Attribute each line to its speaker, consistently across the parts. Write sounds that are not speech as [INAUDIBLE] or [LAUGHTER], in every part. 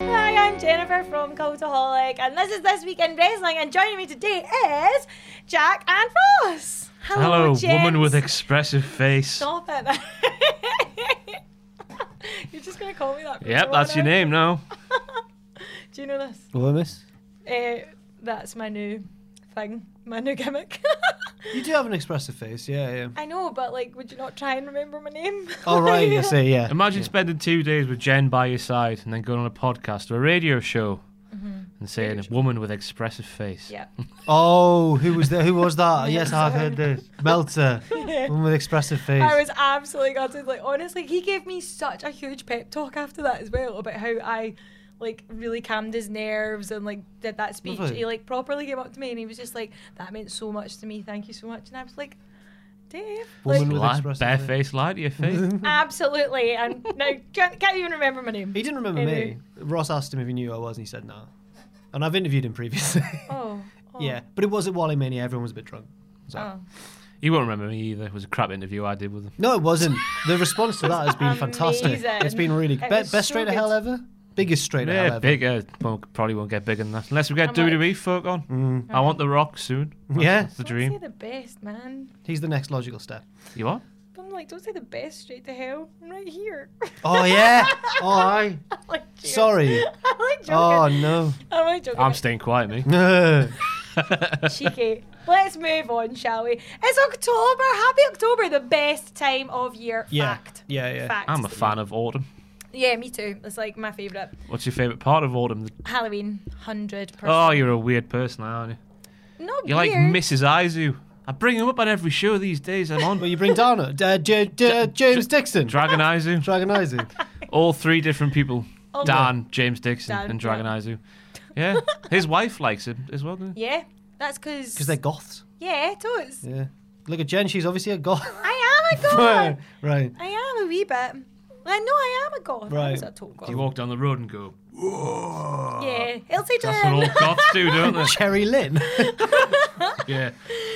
Speaker 1: Hi, I'm Jennifer from Cultaholic, and this is This Week in Wrestling, and joining me today is Jack and Ross.
Speaker 2: Hello, woman
Speaker 1: gents.
Speaker 2: with expressive face.
Speaker 1: Stop it. [LAUGHS] You're just going to call me that. from
Speaker 2: Yep,
Speaker 1: now
Speaker 2: that's
Speaker 1: on,
Speaker 2: your
Speaker 1: aren't
Speaker 2: name now.
Speaker 1: you? Do you know this?
Speaker 3: Loomis.
Speaker 1: Uh, that's my new thing, my new gimmick. [LAUGHS]
Speaker 3: You do have an expressive face, yeah, yeah.
Speaker 1: I know, but like, would you not try and remember my name?
Speaker 2: Oh.
Speaker 3: All Oh, right, you see, yeah.
Speaker 2: Imagine spending two days with Jen by your side and then going on a podcast or a radio show and saying a woman with expressive face.
Speaker 1: [LAUGHS] Mm-hmm. yeah.
Speaker 3: Oh, who was that? Who was
Speaker 1: [LAUGHS]
Speaker 3: that? yes, I've heard this. Melter, one with expressive face.
Speaker 1: I was absolutely gutted. Like honestly, he gave me such a huge pep talk after that as well about how I like really calmed his nerves and like did that speech.
Speaker 3: Lovely.
Speaker 1: He like properly came up to me and he was just like, "That meant so much to me. Thank you so much." And I was like, "Dave,
Speaker 3: Woman
Speaker 1: like,
Speaker 3: with
Speaker 2: Lie,
Speaker 3: expressive
Speaker 2: bare
Speaker 3: face.
Speaker 2: face, lie to your
Speaker 3: [LAUGHS]
Speaker 2: face.
Speaker 1: [LAUGHS] absolutely." And now can't, can't even remember my name.
Speaker 3: He didn't remember
Speaker 1: Anyway.
Speaker 3: me. Ross asked him if he knew who I was, and he said no. And I've interviewed him previously. [LAUGHS]
Speaker 1: Oh, oh.
Speaker 3: yeah, but it was at Wally Mania. Everyone was a bit drunk. So.
Speaker 1: Oh.
Speaker 2: you won't remember me either. It was a crap interview I did with him.
Speaker 3: No, it wasn't. The response to that has been
Speaker 1: [LAUGHS]
Speaker 3: fantastic.
Speaker 1: Amazing.
Speaker 3: It's been really
Speaker 1: It
Speaker 3: be-
Speaker 1: was
Speaker 3: best
Speaker 1: so
Speaker 3: straight
Speaker 1: good.
Speaker 3: to hell ever. Biggest straight to hell
Speaker 2: Yeah,
Speaker 3: ever.
Speaker 2: bigger. Won't, probably won't get bigger than that. Unless we get
Speaker 1: I'm like-
Speaker 2: WWE folk on. I want The Rock soon.
Speaker 3: Yeah,
Speaker 2: That's the
Speaker 1: Don't say
Speaker 2: dream.
Speaker 1: the best, man.
Speaker 3: he's the next logical step.
Speaker 2: You are?
Speaker 1: I'm like, don't say the best straight to hell. I'm right here. [LAUGHS]
Speaker 3: Oh yeah. [LAUGHS] Oh, I.
Speaker 1: like, cheers. [LAUGHS]
Speaker 3: Sorry.
Speaker 1: I'm like joking.
Speaker 3: Oh no. [LAUGHS]
Speaker 1: I'm like joking.
Speaker 2: I'm staying quiet, me.
Speaker 3: No.
Speaker 1: cheeky. Let's move on, shall we? It's October. Happy October, the best time of year.
Speaker 3: Yeah.
Speaker 1: Fact.
Speaker 3: Yeah, yeah.
Speaker 1: Fact.
Speaker 2: I'm a fan of autumn.
Speaker 1: Yeah, me too. It's like my favourite.
Speaker 2: What's your favourite part of autumn?
Speaker 1: Halloween, 100%.
Speaker 2: Oh, you're a weird person, aren't you?
Speaker 1: Not
Speaker 2: You're like
Speaker 1: weird.
Speaker 2: Mrs. Izu. I bring him up on every show these days I'm on.
Speaker 3: [LAUGHS] Well, you bring down uh, J- J- James Dixon.
Speaker 2: Dragon Izu.
Speaker 3: Dragonizing.
Speaker 2: All three different people. Dan, James Dixon,
Speaker 1: Oh, Dan,
Speaker 2: and Dragon
Speaker 1: yeah. [LAUGHS]
Speaker 2: Izu. Yeah. His wife likes him as well, doesn't
Speaker 1: Yeah, that's because.
Speaker 3: Because they're goths.
Speaker 1: Yeah, totes.
Speaker 3: Yeah. Look at Jen, she's obviously
Speaker 1: [LAUGHS]
Speaker 3: a goth. [LAUGHS]
Speaker 1: I am a
Speaker 2: [LAUGHS]
Speaker 1: god.
Speaker 3: right.
Speaker 1: I am a wee bit. I know I am a god. I
Speaker 3: Right.
Speaker 1: was a total god.
Speaker 2: he? You walk down the road and go,
Speaker 1: yeah, Elsie
Speaker 2: that's what all
Speaker 1: Jen.
Speaker 2: goths do, don't they?
Speaker 3: Cherry Lynn. [LAUGHS]
Speaker 2: Yeah.
Speaker 1: [LAUGHS]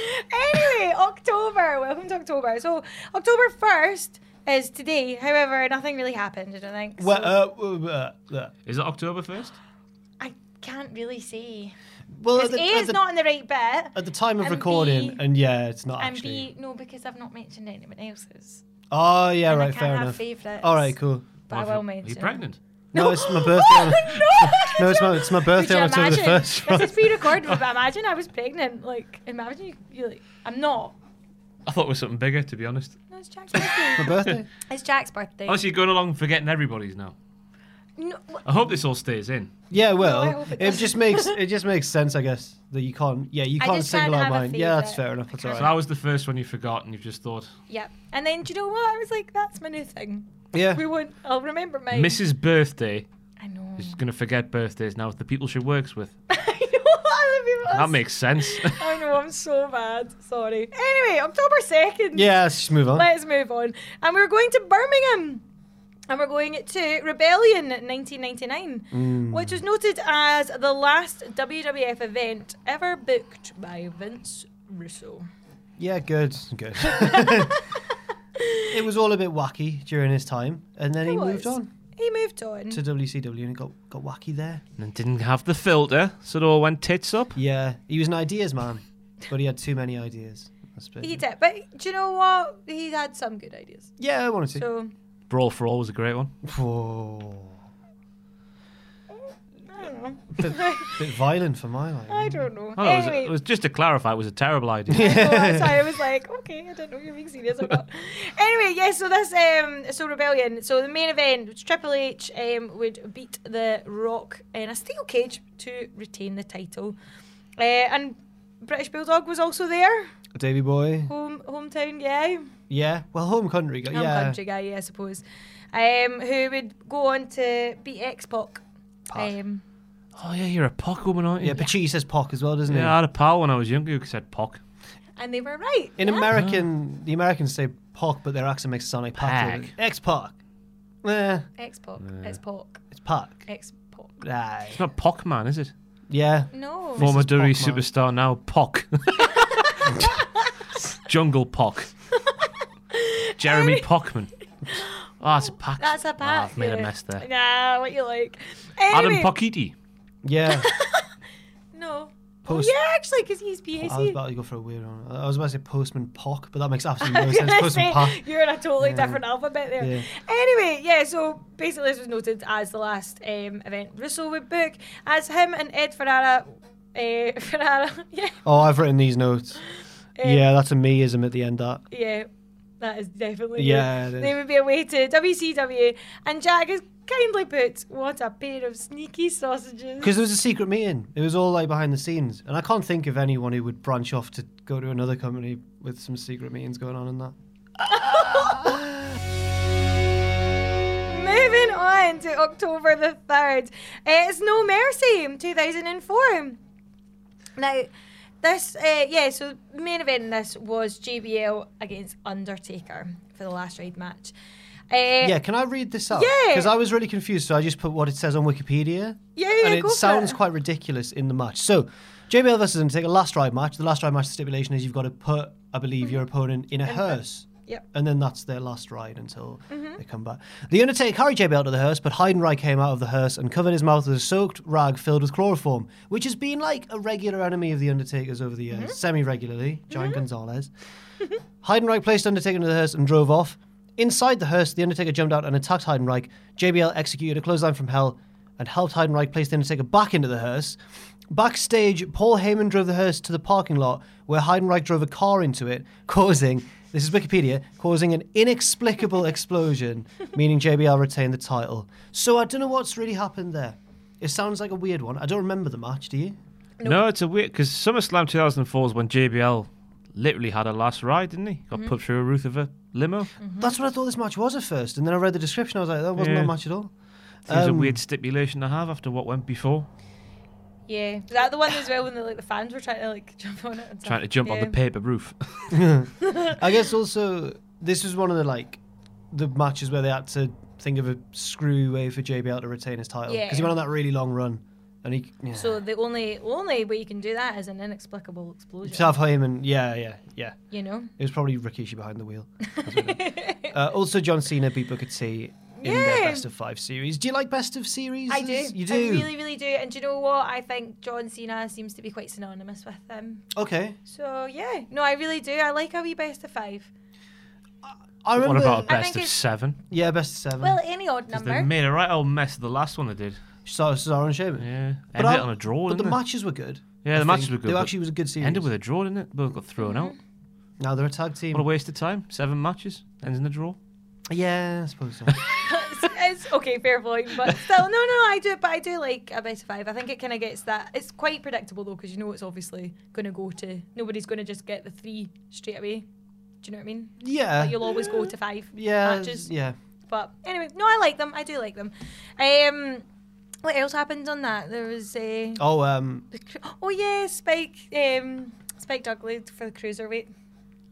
Speaker 1: anyway, October. Welcome to October. So, October 1st is today. However, nothing really happened, I don't think.
Speaker 3: well,
Speaker 1: So-
Speaker 3: uh, uh, uh,
Speaker 2: Is it October 1st?
Speaker 1: I can't really see.
Speaker 3: well at,
Speaker 1: Because
Speaker 3: the,
Speaker 1: A
Speaker 3: at,
Speaker 1: is
Speaker 3: the,
Speaker 1: not in the right bit.
Speaker 3: at the time of
Speaker 1: and
Speaker 3: recording,
Speaker 1: B-
Speaker 3: and yeah, it's not
Speaker 1: and
Speaker 3: actually.
Speaker 1: B, no, because I've not mentioned anyone else's.
Speaker 3: oh, yeah,
Speaker 1: and I
Speaker 3: right,
Speaker 1: can't
Speaker 3: fair
Speaker 1: have
Speaker 3: enough.
Speaker 1: favourites.
Speaker 3: All
Speaker 1: [LAUGHS]
Speaker 3: right, cool.
Speaker 1: But I will mention.
Speaker 2: Are you pregnant?
Speaker 1: [LAUGHS]
Speaker 3: No, it's my birthday. on,
Speaker 1: no!
Speaker 3: no, it's my, it's my
Speaker 1: Could you
Speaker 3: birthday on October the
Speaker 1: imagine?
Speaker 3: 1st.
Speaker 1: This is pre-recorded, but imagine I was pregnant. Like, imagine you, you like, I'm not.
Speaker 2: I thought it was something bigger, to be honest.
Speaker 1: No, it's Jack's birthday.
Speaker 3: my [LAUGHS] birthday?
Speaker 1: it's Jack's birthday.
Speaker 2: Unless you're going along forgetting everybody's now.
Speaker 1: No, wh-
Speaker 2: I hope this all stays in.
Speaker 3: Yeah, well,
Speaker 1: I hope it
Speaker 3: it,
Speaker 1: doesn't.
Speaker 3: just makes it just makes sense, I guess, that you can't. Yeah, you
Speaker 1: I
Speaker 3: can't
Speaker 1: just can't
Speaker 3: single out
Speaker 1: have a
Speaker 3: mine. Yeah, that's
Speaker 1: favourite.
Speaker 3: fair enough. That's all
Speaker 2: So
Speaker 3: right.
Speaker 2: that was the first one you forgot and you've just thought,
Speaker 1: yeah. And then, do you know what? I was like, that's my new thing.
Speaker 3: Yeah.
Speaker 1: We won't, I'll remember mine.
Speaker 2: Mrs. Birthday
Speaker 1: I know.
Speaker 2: is going to forget birthdays now with the people she works with.
Speaker 1: [LAUGHS] I know. other people-
Speaker 2: That makes sense. [LAUGHS]
Speaker 1: I know, I'm so bad. Sorry. Anyway, October 2nd.
Speaker 3: Yeah, let's just move on.
Speaker 1: Let's move on. And we're going to Birmingham. And we're going to Rebellion 1999,
Speaker 3: Mm.
Speaker 1: which was noted as the last WWF event ever booked by Vince Russo.
Speaker 3: Yeah, good,
Speaker 1: [LAUGHS]
Speaker 3: good. it was all a bit wacky during his time, and then he
Speaker 1: was.
Speaker 3: moved on
Speaker 1: He moved on.
Speaker 3: to WCW and it got got wacky there.
Speaker 2: and didn't have the filter, so it all went tits up.
Speaker 3: Yeah, he was an ideas man, but he had too many ideas. That's a bit-
Speaker 1: He did. But do you know what? He had some good ideas.
Speaker 3: yeah, I wanted to.
Speaker 1: So
Speaker 2: Brawl for All was a great one.
Speaker 3: Whoa. Bit, bit violent for my life.
Speaker 1: I don't know.
Speaker 2: Oh, it, was,
Speaker 1: anyway,
Speaker 2: it was just to clarify, it was a terrible idea.
Speaker 3: [LAUGHS]
Speaker 1: so I was like, okay, I don't know if you're being serious or not. anyway, yeah, so this, um, so Rebellion, so the main event, which Triple H um, would beat The Rock in a steel cage to retain the title. Uh, and British Bulldog was also there,
Speaker 3: Davy boy.
Speaker 1: home hometown guy,
Speaker 3: Yeah. Well, home country. guy,
Speaker 1: home
Speaker 3: yeah.
Speaker 1: country guy, yeah, I suppose, um, who would go on to beat X Pac. Um,
Speaker 2: oh yeah, you're a pock woman, aren't you?
Speaker 3: Yeah, Pachisi says Pock as well, doesn't
Speaker 2: Yeah, I had a pal when I was younger who said pock.
Speaker 1: and they were right.
Speaker 3: he? In American, the Americans say Pock, but their accent makes it sound like Pac.
Speaker 2: Pac.
Speaker 3: X Pock. Eh,
Speaker 1: X Pac, X Pac,
Speaker 3: it's Pac.
Speaker 1: X Pac.
Speaker 3: Aye.
Speaker 2: It's not pock man, is it?
Speaker 3: Yeah.
Speaker 1: No.
Speaker 2: Former
Speaker 3: Pock Man.
Speaker 2: WWE superstar, now pock. Jungle pock. Jeremy Pockman. Oh, it's a pack.
Speaker 1: That's a
Speaker 2: Ah,
Speaker 1: pack.
Speaker 2: I've made a
Speaker 1: yeah.
Speaker 2: mess there.
Speaker 1: Nah, what you like.
Speaker 2: Adam
Speaker 1: Anyway,
Speaker 2: Pockiti.
Speaker 1: [LAUGHS]
Speaker 3: Yeah.
Speaker 1: No.
Speaker 3: Post-
Speaker 1: oh, yeah, actually, because he's PAC.
Speaker 3: I was about to go for a weird one. I was about to say Postman Pock, but that makes
Speaker 1: [LAUGHS]
Speaker 3: absolutely no
Speaker 1: was
Speaker 3: sense.
Speaker 1: gonna
Speaker 3: Postman
Speaker 1: say,
Speaker 3: Pock.
Speaker 1: [LAUGHS] You're in a totally different alphabet there.
Speaker 3: Yeah.
Speaker 1: Anyway, yeah, so basically this was noted as the last um, event Russo would book as him and Ed Ferrara. Uh, [LAUGHS] Ferrara, yeah,
Speaker 3: Oh, I've written these notes.
Speaker 1: Eh.
Speaker 3: yeah, that's a meism at the end. That
Speaker 1: yeah, that is definitely.
Speaker 3: Yeah,
Speaker 1: it.
Speaker 3: it is.
Speaker 1: They would be away to WCW, and Jack has kindly put, What a pair of sneaky sausages.
Speaker 3: because there was a secret meeting. It was all like behind the scenes, and I can't think of anyone who would branch off to go to another company with some secret meetings going on in that.
Speaker 1: Moving on to October the 3rd. Uh, it's No Mercy 2004. Now, this, uh, yeah, so the main event in this was JBL against Undertaker for the last raid match. Uh,
Speaker 3: Yeah, can I read this out?
Speaker 1: Yeah.
Speaker 3: Because I was really confused, so I just put what it says on Wikipedia.
Speaker 1: Yeah, yeah,
Speaker 3: And
Speaker 1: go
Speaker 3: it
Speaker 1: for
Speaker 3: sounds
Speaker 1: it.
Speaker 3: quite ridiculous in the match. So, JBL versus Undertaker, last ride match. The last ride match stipulation is you've got to put, I believe,
Speaker 1: Mm-hmm.
Speaker 3: your opponent in a hearse.
Speaker 1: Yep.
Speaker 3: And then that's their last ride until they come back. The Undertaker carried JBL to the hearse, but Heidenreich came out of the hearse and covered his mouth with a soaked rag filled with chloroform, which has been like a regular enemy of the Undertaker's over the years, semi regularly. John Gonzalez. Heidenreich placed Undertaker into the hearse and drove off. Inside the hearse, the Undertaker jumped out and attacked Heidenreich. JBL executed a clothesline from hell and helped Heidenreich place the Undertaker back into the hearse. Backstage, Paul Heyman drove the hearse to the parking lot where Heidenreich drove a car into it, [LAUGHS] causing, this is Wikipedia, causing an inexplicable explosion, meaning JBL retained the title. So I don't know what's really happened there. It sounds like a weird one. I don't remember the match, do you?
Speaker 2: No, it's a weird because SummerSlam 2004 is when JBL literally had a last ride, didn't he?
Speaker 1: Mm-hmm.
Speaker 2: Got put through a roof of a limo.
Speaker 3: That's what I thought this match was at first, and then I read the description, I was like, that wasn't
Speaker 2: Yeah.
Speaker 3: that match at all.
Speaker 2: Seems a
Speaker 3: Um,
Speaker 2: weird stipulation to have after what went before,
Speaker 1: Yeah. Was that the one as well when the, like, the fans were trying to like [LAUGHS] jump on it? And
Speaker 2: trying to jump on the paper roof.
Speaker 3: I guess also this was one of the like the matches where they had to think of a screw way for JBL to retain his title because he
Speaker 1: Yeah.
Speaker 3: went on that really long run and he yeah.
Speaker 1: So the only only way you can do that is an inexplicable explosion.
Speaker 3: to have him and yeah yeah yeah
Speaker 1: you know?
Speaker 3: it was probably Rikishi behind the
Speaker 1: [LAUGHS]
Speaker 3: wheel. That's what it was. uh, also, John Cena beat Booker T in their
Speaker 1: Yay!
Speaker 3: best of five series. Do you like best of series?
Speaker 1: I do.
Speaker 3: You do.
Speaker 1: I really, really do. And do you know what? I think John Cena seems to be quite synonymous with them.
Speaker 3: okay.
Speaker 1: So yeah, no, I really do. I like a wee best of five.
Speaker 3: I
Speaker 2: [LAUGHS]
Speaker 3: remember.
Speaker 2: what about a
Speaker 1: think
Speaker 2: best of
Speaker 1: it's-
Speaker 2: seven?
Speaker 3: yeah, best of seven.
Speaker 1: Well, any odd
Speaker 2: 'Cause They
Speaker 1: number.
Speaker 2: made a right old mess of the last one they did.
Speaker 3: Cesaro Cesaro and Sheamus.
Speaker 2: Yeah,
Speaker 3: But
Speaker 2: ended
Speaker 3: I-
Speaker 2: it on a draw.
Speaker 3: But the
Speaker 2: didn't it?
Speaker 3: matches were good.
Speaker 2: Yeah,
Speaker 3: I
Speaker 2: the matches
Speaker 3: think.
Speaker 2: were good,
Speaker 3: They
Speaker 2: but
Speaker 3: actually was a good series.
Speaker 2: ended with a draw, didn't it? But it got thrown
Speaker 1: Mm-hmm.
Speaker 2: out.
Speaker 3: now they're a tag team.
Speaker 2: What a waste of time. Seven matches, ends in a draw.
Speaker 3: yeah, I
Speaker 2: [LAUGHS]
Speaker 3: suppose so.
Speaker 1: it's, it's okay, fair point,
Speaker 3: [LAUGHS]
Speaker 1: but still, no, no, I do. But I do like a best of five. I think it kind of gets that. It's quite predictable though, because you know it's obviously going to go to. Nobody's going to just get the three straight away. Do you know what I mean?
Speaker 3: Uh, yeah.
Speaker 1: Like, you'll always go to five
Speaker 3: yeah,
Speaker 1: matches.
Speaker 3: yeah.
Speaker 1: But anyway, no, I like them. I do like them. Um, what else happened on that? There was a. Uh,
Speaker 3: Oh, um,
Speaker 1: the cru- oh yeah, Spike. Um, Spike Dudley for the cruiserweight.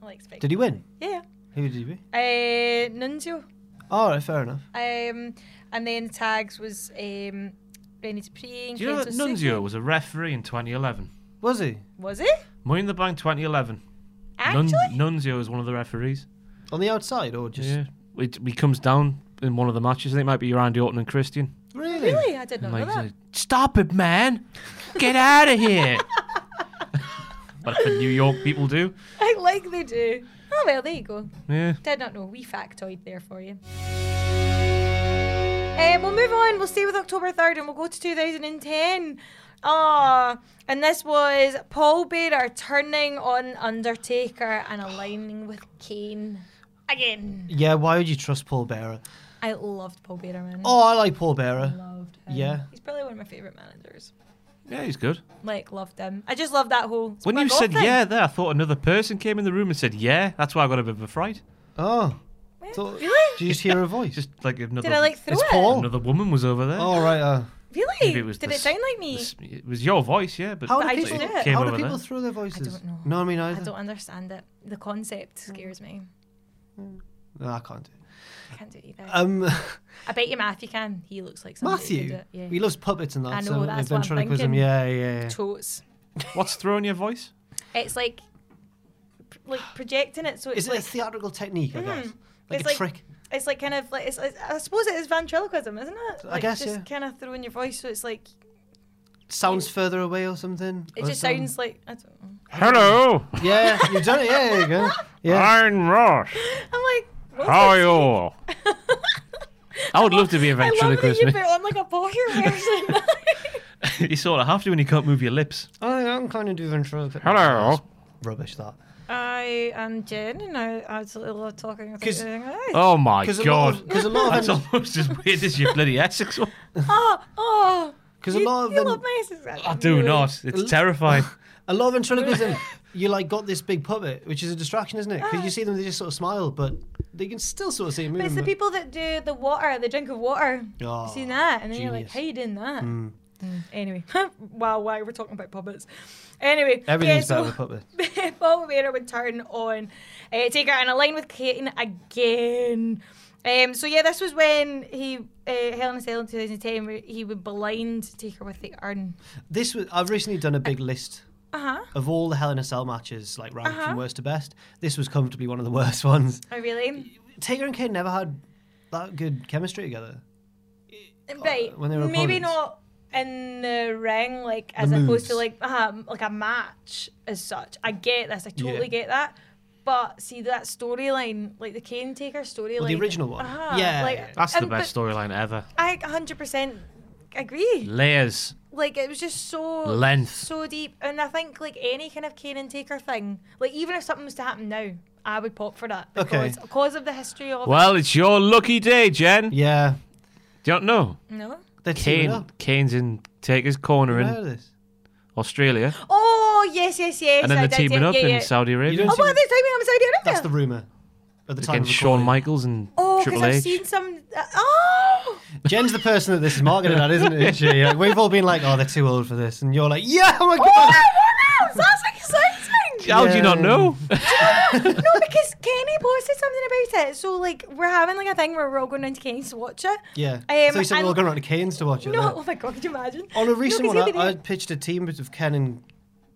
Speaker 1: I like Spike.
Speaker 3: did he win?
Speaker 1: yeah.
Speaker 3: Who did he beat?
Speaker 1: Uh, Nunzio.
Speaker 3: All right, fair enough.
Speaker 1: Um, and then tags was um, Renny Dupree and
Speaker 2: Do you know that
Speaker 1: Kento
Speaker 2: Nunzio was a referee in 2011?
Speaker 3: Was he
Speaker 1: Was it?
Speaker 2: Money in the Bank 2011. Nun-
Speaker 1: Actually?
Speaker 2: Nunzio is one of the referees.
Speaker 3: on the outside or just
Speaker 2: Yeah, it, he comes down in one of the matches. I think it might be Randy Orton and Christian.
Speaker 3: really?
Speaker 1: really? I did not know
Speaker 2: Like,
Speaker 1: [LAUGHS]
Speaker 2: he's
Speaker 1: that.
Speaker 2: like, Stop it, man! Get out of here! [LAUGHS] but the New York people do.
Speaker 1: I like they do. Oh well, there you go.
Speaker 2: Yeah.
Speaker 1: Did not know. Wee factoid there for you. Um, we'll move on. We'll stay with October 3rd and we'll go to 2010. Ah, and this was Paul Bearer turning on Undertaker and aligning with Kane again.
Speaker 3: Yeah, why would you trust Paul Bearer?
Speaker 1: I loved Paul Bearer, man.
Speaker 3: Oh, I like Paul Bearer.
Speaker 1: Loved him.
Speaker 3: Yeah.
Speaker 1: He's probably one of my favourite managers.
Speaker 2: Yeah, he's good.
Speaker 1: Like, loved him. I just love that whole.
Speaker 2: When you
Speaker 1: Smack Off
Speaker 2: said
Speaker 1: thing.
Speaker 2: yeah there, I thought another person came in the room and said yeah. That's why I got a bit of a fright.
Speaker 3: Oh. So,
Speaker 1: Really?
Speaker 3: Did you just hear
Speaker 1: [LAUGHS]
Speaker 3: a voice?
Speaker 2: Just like another,
Speaker 1: Did I like throw
Speaker 3: It's
Speaker 1: it?
Speaker 3: Paul.
Speaker 2: another woman was over there.
Speaker 3: oh, right. Uh,
Speaker 1: Really?
Speaker 2: Maybe it was
Speaker 1: Did
Speaker 2: the
Speaker 1: it
Speaker 2: s-
Speaker 1: sound like me?
Speaker 2: This- It was your voice, yeah. But
Speaker 3: how
Speaker 1: But
Speaker 3: do
Speaker 1: I
Speaker 3: people,
Speaker 1: just did.
Speaker 2: Came
Speaker 3: how do
Speaker 2: over
Speaker 3: people
Speaker 2: there.
Speaker 3: throw their voices?
Speaker 1: know.
Speaker 3: No, I mean,
Speaker 1: I
Speaker 3: either.
Speaker 1: don't understand it. The concept scares me.
Speaker 3: No, I can't do it.
Speaker 1: I can't do it either.
Speaker 3: [LAUGHS] Um,
Speaker 1: I bet you Matthew can. He looks like somebody who
Speaker 3: Matthew,
Speaker 1: could do it.
Speaker 3: he
Speaker 1: Yeah.
Speaker 3: loves puppets and that.
Speaker 1: I know,
Speaker 3: so
Speaker 1: that's
Speaker 3: the
Speaker 1: what I'm
Speaker 3: ventriloquism,
Speaker 1: thinking.
Speaker 3: yeah, yeah, yeah.
Speaker 1: Totes.
Speaker 2: what's throwing your voice?
Speaker 1: It's like pr- like projecting it. So it's
Speaker 3: Is it a
Speaker 1: like
Speaker 3: theatrical technique, I guess? Like
Speaker 1: It's
Speaker 3: a
Speaker 1: like-
Speaker 3: trick?
Speaker 1: it's like kind of like it's, it's, I suppose it is ventriloquism, isn't it?
Speaker 3: I
Speaker 1: Like,
Speaker 3: guess,
Speaker 1: just
Speaker 3: yeah.
Speaker 1: kind of throwing your voice, so it's like
Speaker 3: Sounds further away or something?
Speaker 1: it
Speaker 3: or
Speaker 1: just
Speaker 3: some-
Speaker 1: sounds like I don't know.
Speaker 2: Hello,
Speaker 3: Yeah, you've done it, yeah, there you go. Yeah.
Speaker 2: I'm Ross.
Speaker 1: I'm like, what
Speaker 2: How
Speaker 1: the-
Speaker 2: are
Speaker 1: [LAUGHS]
Speaker 2: you? all? I would love to be a
Speaker 1: I love that
Speaker 2: ventriloquist.
Speaker 1: you
Speaker 2: [LAUGHS] mate.
Speaker 1: put on like a boyer [LAUGHS] version.
Speaker 2: you sort of have to when you can't move your lips.
Speaker 3: [LAUGHS] Oh, yeah, I'm kind of doing ventriloquism.
Speaker 2: Hello.
Speaker 3: Rubbish, that.
Speaker 1: I am Jen, and I absolutely love talking. I think
Speaker 3: 'Cause-
Speaker 1: doing this.
Speaker 2: Oh my
Speaker 3: Because a lot
Speaker 2: god.
Speaker 3: of, 'cause a lot
Speaker 2: That's
Speaker 3: of,
Speaker 2: almost as weird as your bloody Essex one.
Speaker 1: oh, oh.
Speaker 3: 'Cause a
Speaker 1: you,
Speaker 3: lot of
Speaker 1: you
Speaker 3: them-
Speaker 1: love my accent.
Speaker 2: I do not. It's terrifying.
Speaker 3: a lot of ventriloquism,
Speaker 1: [LAUGHS]
Speaker 3: you like got this big puppet, which is a distraction, isn't it? Because you see them, they just sort of smile, but they can still sort of see it moving.
Speaker 1: Uh. But it's the people that do the water, the drink of water.
Speaker 3: Oh, Hmm.
Speaker 1: you seen that? And then you're like,
Speaker 3: genius.
Speaker 1: how you doing that? Mm. Anyway, [LAUGHS] wow, why we're talking about puppets. Anyway,
Speaker 3: Everything's
Speaker 1: yeah,
Speaker 3: better
Speaker 1: [LAUGHS]
Speaker 3: with puppets.
Speaker 1: so Paul Bearer would turn on uh, Taker and align with Caton again. Um, so yeah, this was when he uh, Hell in a Cell in 2010. Where he would blind Taker with the urn.
Speaker 3: This was I've recently done a big list
Speaker 1: Uh huh.
Speaker 3: of all the Hell in a Cell matches, like ranked
Speaker 1: Uh-huh.
Speaker 3: from worst to best. This was comfortably one of the [LAUGHS] worst ones.
Speaker 1: Oh really?
Speaker 3: Taker and Kane never had that good chemistry together.
Speaker 1: Right.
Speaker 3: Uh, when they were
Speaker 1: Maybe
Speaker 3: opponents.
Speaker 1: not in the ring, like as
Speaker 3: The
Speaker 1: opposed to
Speaker 3: moves.
Speaker 1: like uh, like a match as such. I get this. I totally get that. But see that storyline, like the Kane Taker storyline,
Speaker 3: Well, the original one.
Speaker 1: Ah,
Speaker 3: yeah,
Speaker 1: like-
Speaker 3: yeah.
Speaker 2: [LAUGHS] That's the
Speaker 1: And-
Speaker 2: best
Speaker 1: but
Speaker 2: storyline ever.
Speaker 1: I 100 percent agree.
Speaker 2: Layers.
Speaker 1: Like it was just so
Speaker 2: Length.
Speaker 1: so deep, and I think like any kind of Kane and Taker thing, like even if something was to happen now, I would pop for that
Speaker 3: Okay.
Speaker 1: because because of the history of
Speaker 2: Well, it's your lucky day, Jen. Do
Speaker 3: yeah.
Speaker 2: you not know?
Speaker 1: no.
Speaker 3: They're teaming
Speaker 2: Kane,
Speaker 3: up.
Speaker 2: Kane's in Taker's corner
Speaker 3: Aware
Speaker 2: in
Speaker 3: of this.
Speaker 2: Australia,
Speaker 1: Oh yes, yes, yes.
Speaker 2: and then
Speaker 1: I
Speaker 2: they're
Speaker 1: did,
Speaker 2: teaming
Speaker 1: yeah,
Speaker 2: up
Speaker 1: yeah,
Speaker 2: in
Speaker 1: yeah.
Speaker 2: Saudi
Speaker 3: You
Speaker 2: Arabia
Speaker 3: don't
Speaker 1: Oh,
Speaker 3: see
Speaker 1: well,
Speaker 3: me-
Speaker 1: they're teaming up in Saudi Arabia.
Speaker 3: That's the rumor at the time
Speaker 2: against
Speaker 3: of
Speaker 2: Shawn
Speaker 3: recording.
Speaker 2: Michaels and
Speaker 1: Oh, because
Speaker 2: Triple
Speaker 1: I've
Speaker 2: H.
Speaker 1: seen some. Uh, oh,
Speaker 3: Jen's the person that this is marketed at, isn't it? She? Like, we've all been like, "Oh, they're too old for this," and you're like, "Yeah, oh my god."
Speaker 1: what else? That's exciting.
Speaker 2: How do you
Speaker 1: [LAUGHS]
Speaker 2: not know?
Speaker 1: no, because Kenny posted something about it. So like, we're having like a thing where we're all going down to Kenny's to watch it.
Speaker 3: Yeah.
Speaker 1: Um,
Speaker 3: so you said we're all
Speaker 1: and-
Speaker 3: going around to Kane's to watch it.
Speaker 1: No,
Speaker 3: innit?
Speaker 1: oh my god, could you imagine?
Speaker 3: On a recent
Speaker 1: no, 'cause he'd
Speaker 3: one,
Speaker 1: been
Speaker 3: I, I
Speaker 1: in-
Speaker 3: pitched a team of Ken and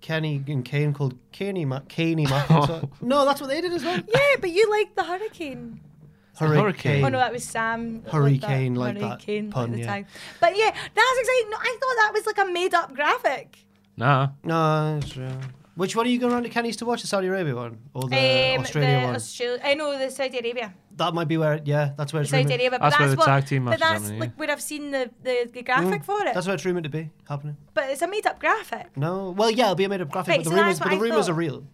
Speaker 3: Kenny and Kane called Caney Ma- Caney
Speaker 2: [LAUGHS]
Speaker 3: Mackintosh. no, that's what they did as well.
Speaker 1: yeah, but you like the hurricane.
Speaker 2: Hurricane.
Speaker 1: Oh no, that was Sam. that
Speaker 3: Hurricane, like
Speaker 1: liked
Speaker 3: that
Speaker 1: Hurricane, like
Speaker 3: pun,
Speaker 1: the
Speaker 3: yeah.
Speaker 1: time. But yeah, that's exciting. No, I thought that was like a made-up graphic.
Speaker 2: nah.
Speaker 3: No, it's real. Which one are you going around to Kenny's to watch? The Saudi Arabia one or the
Speaker 1: um,
Speaker 3: Australia
Speaker 1: the
Speaker 3: one?
Speaker 1: Australia. I know the Saudi Arabia.
Speaker 3: that might be where. It, yeah, that's where it's
Speaker 1: Saudi
Speaker 3: rumored.
Speaker 1: Arabia. But
Speaker 2: That's
Speaker 1: that's,
Speaker 2: where the
Speaker 1: what,
Speaker 2: tag team
Speaker 1: But
Speaker 2: matches
Speaker 1: that's
Speaker 2: happen, yeah. Mm,
Speaker 1: like where I've seen the the, the graphic for it.
Speaker 3: That's where it's rumored to be happening.
Speaker 1: But it's a made up graphic.
Speaker 3: No, well, yeah, it'll be a made-up graphic,
Speaker 1: Right,
Speaker 3: but the
Speaker 1: so
Speaker 3: rumors,
Speaker 1: that's
Speaker 3: but
Speaker 1: what
Speaker 3: the
Speaker 1: I
Speaker 3: rumors
Speaker 1: thought.
Speaker 3: are real.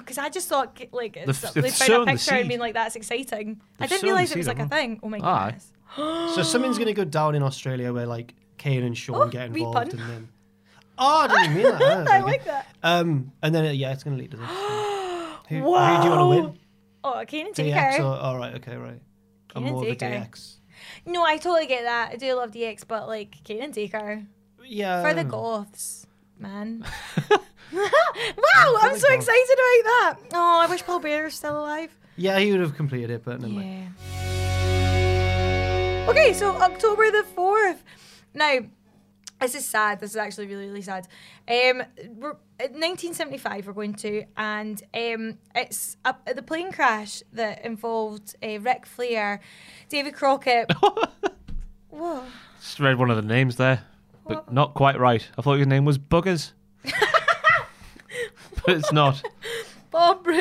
Speaker 1: Because I just thought, g- like, it's,
Speaker 2: They've-
Speaker 1: they
Speaker 2: they've
Speaker 1: found
Speaker 2: sown
Speaker 1: a
Speaker 2: the
Speaker 1: picture and
Speaker 2: seed.
Speaker 1: been like, that's exciting. I
Speaker 2: They've
Speaker 1: didn't
Speaker 2: sown the
Speaker 1: realise it
Speaker 2: seed,
Speaker 1: was like a
Speaker 2: haven't they?
Speaker 1: thing. Oh my
Speaker 2: Aye.
Speaker 1: goodness.
Speaker 3: So something's going to go down in Australia where like Kane and Sean
Speaker 1: Oh,
Speaker 3: get
Speaker 1: wee
Speaker 3: involved,
Speaker 1: pun.
Speaker 3: and then oh, I didn't mean that. Oh,
Speaker 1: [LAUGHS] I
Speaker 3: there you
Speaker 1: like
Speaker 3: go.
Speaker 1: that.
Speaker 3: Um, and then yeah, it's going to lead
Speaker 1: [GASPS]
Speaker 3: to this. who, who do you want to win?
Speaker 1: Oh, Kane and
Speaker 3: DX or
Speaker 1: Taker.
Speaker 3: all right, okay, right. I'm
Speaker 1: Kane and
Speaker 3: more of a
Speaker 1: Taker.
Speaker 3: DX.
Speaker 1: No, I totally get that. I do love DX, but, like, Kane and Taker.
Speaker 3: Yeah.
Speaker 2: Oh.
Speaker 3: um,
Speaker 1: For the goths,
Speaker 2: [LAUGHS]
Speaker 1: man. [LAUGHS] wow, I'm so
Speaker 3: goths.
Speaker 1: excited about that. Oh, I wish Paul Bear was still alive.
Speaker 3: Yeah, he would have completed it, but never mind.
Speaker 1: Yeah. Okay, so October the 4th. Now, this is sad. This is actually really, really sad. Um, we're, at 1975, we're going to, and um, it's up at the plane crash that involved uh, Ric Flair, David Crockett.
Speaker 3: [LAUGHS]
Speaker 1: Whoa.
Speaker 2: Just read one of the names there, but not quite right. I thought your name
Speaker 1: [LAUGHS]
Speaker 2: was Buggers. but it's not.
Speaker 1: Bob. Br-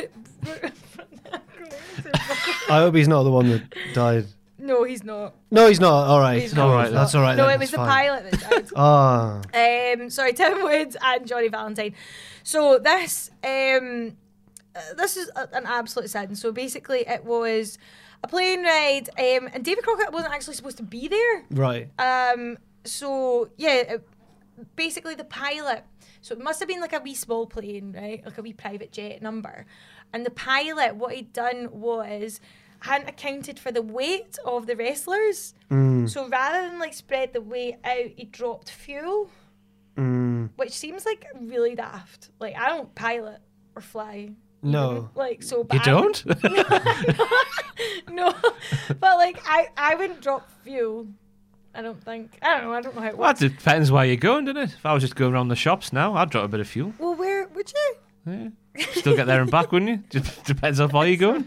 Speaker 3: I hope he's not the one that died.
Speaker 1: no, he's not.
Speaker 3: No, he's not. All right.
Speaker 1: He's
Speaker 3: No,
Speaker 2: not. Alright,
Speaker 3: That's all right.
Speaker 1: No,
Speaker 3: then,
Speaker 1: it was
Speaker 3: that's
Speaker 1: the
Speaker 3: fine.
Speaker 1: pilot that
Speaker 3: [LAUGHS]
Speaker 1: died.
Speaker 3: Oh,
Speaker 1: um, sorry, [LAUGHS] Tim Woods and Johnny Valentine. So this um, uh, this is a- an absolute sin. So basically, it was a plane ride, um, and David Crockett wasn't actually supposed to be there.
Speaker 3: right.
Speaker 1: Um, so yeah, it- basically the pilot. So it must have been like a wee small plane, right? Like a wee private jet number. And the pilot, what he'd done was hadn't accounted for the weight of the wrestlers.
Speaker 2: Mm.
Speaker 1: So rather than like spread the weight out, he dropped fuel,
Speaker 2: Mm.
Speaker 1: which seems like really daft. Like I don't pilot or fly.
Speaker 3: No.
Speaker 1: Like so, but
Speaker 2: Oh. You
Speaker 1: I- [LAUGHS]
Speaker 2: don't?
Speaker 1: no, [LAUGHS] but like I, I wouldn't drop fuel. I don't think. I don't know. I don't know how it
Speaker 2: [LAUGHS] well,
Speaker 1: works.
Speaker 2: it depends where you're going, doesn't it? If I was just going around the shops now, I'd drop a bit of fuel.
Speaker 1: Well, where would you?
Speaker 2: Yeah. Still get there and back, wouldn't you? Just [LAUGHS] depends how far you're going.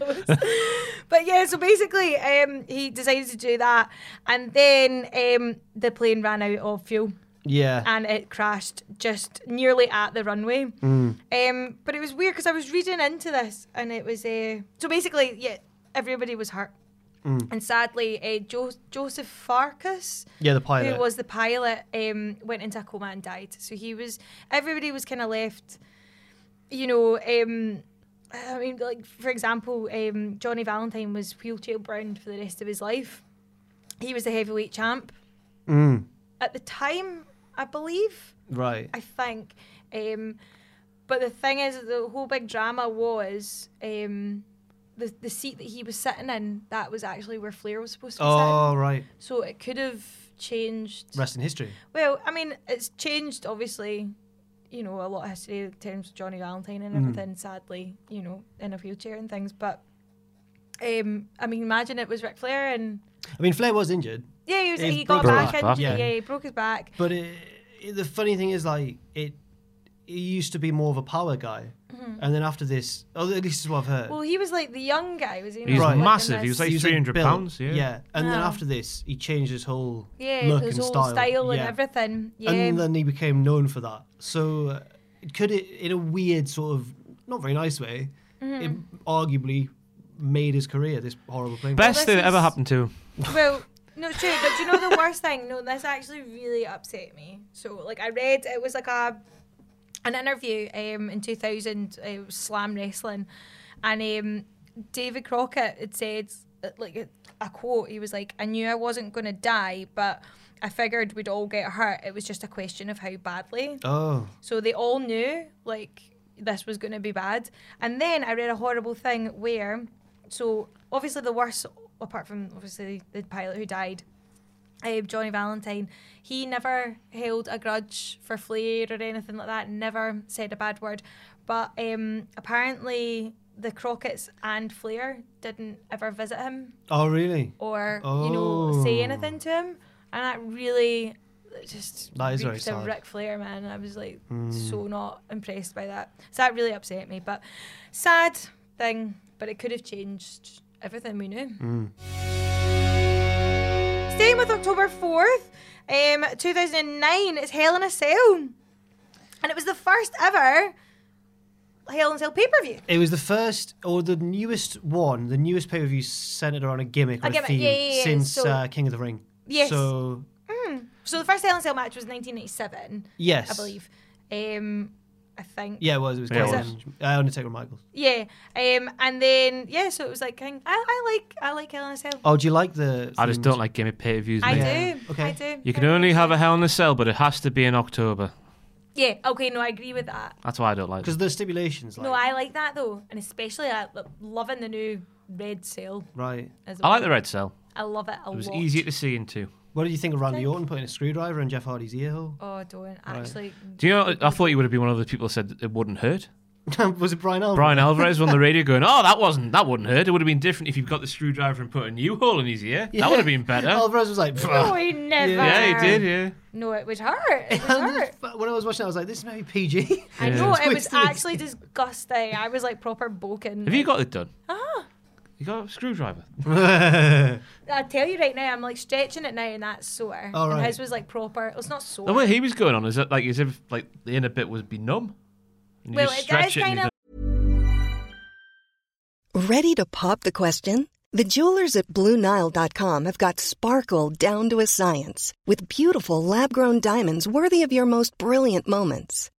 Speaker 1: But yeah, so basically, um, he decided to do that, and then um, the plane ran out of fuel
Speaker 3: Yeah.
Speaker 1: and it crashed just nearly at the runway. Um, but it was weird because I was reading into this, and it was uh, so basically, yeah, everybody was hurt. And sadly, uh, jo- Joseph Farkas,
Speaker 3: Yeah, the pilot.
Speaker 1: who was the pilot, um, went into a coma and died. So he was, everybody was kind of left, you know, um, I mean, like, for example, um, Johnny Valentine was wheelchair bound for the rest of his life. He was the heavyweight champ.
Speaker 3: Mm.
Speaker 1: At the time, I believe,
Speaker 3: right.
Speaker 1: I think. Um, but the thing is, the whole big drama was um, the, the seat that he was sitting in, that was actually where Flair was supposed to be sitting.
Speaker 3: Oh, right.
Speaker 1: So it could have changed.
Speaker 3: Rest in history.
Speaker 1: Well, I mean, it's changed, obviously, you know, a lot of history in terms of Johnny Valentine and
Speaker 3: Mm-hmm.
Speaker 1: everything, sadly, you know, in a wheelchair and things. But, um, I mean, imagine it was Ric Flair and.
Speaker 3: I mean, Flair was injured,
Speaker 1: Yeah, he, was,
Speaker 3: He
Speaker 1: he, got a
Speaker 3: broke
Speaker 2: his
Speaker 1: back
Speaker 2: back,
Speaker 1: injury.
Speaker 2: yeah.
Speaker 1: Yeah. he broke his back.
Speaker 3: but it, it- the funny thing is, like, it, he used to be more of a power guy,
Speaker 1: Mm-hmm.
Speaker 3: and then after this, oh, at least is what I've heard.
Speaker 1: Well, he was like the young guy, was he?
Speaker 2: He's
Speaker 1: not? Like in
Speaker 2: massive. He
Speaker 1: this-
Speaker 2: was like
Speaker 3: He was,
Speaker 2: 300
Speaker 3: built-
Speaker 2: pounds. Yeah.
Speaker 3: Yeah, and then
Speaker 1: Wow.
Speaker 3: after this, he changed his whole
Speaker 1: Yeah,
Speaker 3: look
Speaker 1: his
Speaker 3: and
Speaker 1: old
Speaker 3: style,
Speaker 1: style, and
Speaker 3: yeah.
Speaker 1: everything. Yeah.
Speaker 3: and then he became known for that. So, uh, could it, in a weird sort of not very nice way,
Speaker 1: Mm-hmm.
Speaker 3: it arguably made his career this horrible thing.
Speaker 2: Best
Speaker 1: this
Speaker 2: thing that ever
Speaker 1: is-
Speaker 2: happened to him.
Speaker 1: well, no, it's true. But do you know the worst thing? No, this actually really upset me. So, like, I read it was like a an interview um, in 2000, uh, it was Slam Wrestling, and um, David Crockett had said, uh, like, a, a quote, he was like, I knew I wasn't going to die, but I figured we'd all get hurt. It was just a question of how badly.
Speaker 3: oh,
Speaker 1: So they all knew like this was going to be bad. And then I read a horrible thing where, so obviously the worst, apart from obviously the pilot who died, um, Johnny Valentine, he never held a grudge for Flair or anything like that. Never said a bad word. But um, apparently the Crockett's and Flair didn't ever visit him
Speaker 3: oh, really?
Speaker 1: or you know say
Speaker 3: Oh.
Speaker 1: anything to him, and that really just
Speaker 3: That is very
Speaker 1: reeked of
Speaker 3: sad. Hmm.
Speaker 1: Ric Flair, man. I was like so not impressed by that. So that really upset me. But sad thing, but it could have changed everything we knew.
Speaker 3: Hmm.
Speaker 1: Staying with October fourth, um, two thousand and nine, it's Hell in a Cell, and it was the first ever Hell in a Cell pay per view.
Speaker 3: It was the first or the newest one, the newest pay per view centered around a gimmick or
Speaker 1: A
Speaker 3: a,
Speaker 1: gimmick,
Speaker 3: theme
Speaker 1: yeah, yeah, yeah,
Speaker 3: since
Speaker 1: so-
Speaker 3: uh, King of the Ring.
Speaker 1: Yes.
Speaker 3: So
Speaker 1: So the first Hell in a Cell match was nineteen ninety seven.
Speaker 3: yes,
Speaker 1: I believe. Um, I think.
Speaker 3: Yeah, it was. It was.
Speaker 2: Yeah, it
Speaker 3: Kevin
Speaker 2: was.
Speaker 3: and- Uh, Undertaker and Michaels.
Speaker 1: Yeah. Um, and then yeah, so it was like kind- I, I like I like Hell in a Cell.
Speaker 3: Oh, do you like the?
Speaker 2: I just
Speaker 3: themed-
Speaker 2: don't like gimmick pay views,
Speaker 1: I
Speaker 2: mate.
Speaker 3: Yeah.
Speaker 1: do.
Speaker 3: Okay.
Speaker 1: I do.
Speaker 2: You can
Speaker 1: I
Speaker 2: only
Speaker 1: do.
Speaker 2: have a Hell in a Cell, but it has to be in October.
Speaker 1: Yeah. Okay. No, I agree with that.
Speaker 2: That's why I don't like it.
Speaker 3: because the stipulations. Like,
Speaker 1: No, I like that though, and especially I lo- loving the new Red Cell
Speaker 3: right.
Speaker 1: as well.
Speaker 2: I like the Red Cell.
Speaker 1: I love it a
Speaker 2: It was
Speaker 1: lot.
Speaker 2: easier to see into.
Speaker 3: What did you think of Randy Orton putting a screwdriver in Jeff Hardy's ear hole? [LAUGHS]
Speaker 1: Oh, I don't actually.
Speaker 2: Do you know? I thought you would have been one of the people that said it wouldn't hurt.
Speaker 3: was it Brian Alvarez?
Speaker 2: Brian Alvarez on the radio going, "Oh, that wasn't that wouldn't hurt. It would have been different if you got the screwdriver and put a new hole in his ear.
Speaker 3: Yeah.
Speaker 2: That would have
Speaker 3: [LAUGHS]
Speaker 2: been better."
Speaker 3: Alvarez was like.
Speaker 1: No,
Speaker 3: [LAUGHS] "Pfft."
Speaker 1: he never.
Speaker 2: yeah, he did. Yeah.
Speaker 1: No, it would hurt.
Speaker 3: [LAUGHS]
Speaker 1: It would hurt.
Speaker 3: But when I was watching, it, I was like, "This may be PG."
Speaker 1: I know it was
Speaker 3: Twisted.
Speaker 1: actually disgusting. I was like proper boken.
Speaker 2: Have you got it done? Ah. You got a screwdriver.
Speaker 1: [LAUGHS]
Speaker 3: [LAUGHS]
Speaker 1: I tell you right now, I'm like stretching it now, and that's sore.
Speaker 3: All
Speaker 1: And
Speaker 3: right.
Speaker 1: his was like proper. It's not sore.
Speaker 2: The way he was going on is that like as if like the inner bit was be numb. And you
Speaker 1: Well,
Speaker 2: just
Speaker 1: it does
Speaker 2: stretch it and
Speaker 1: kind
Speaker 2: you
Speaker 1: of
Speaker 4: Ready to pop the question? The jewelers at BlueNile.com have got sparkle down to a science with beautiful lab grown diamonds worthy of your most brilliant moments.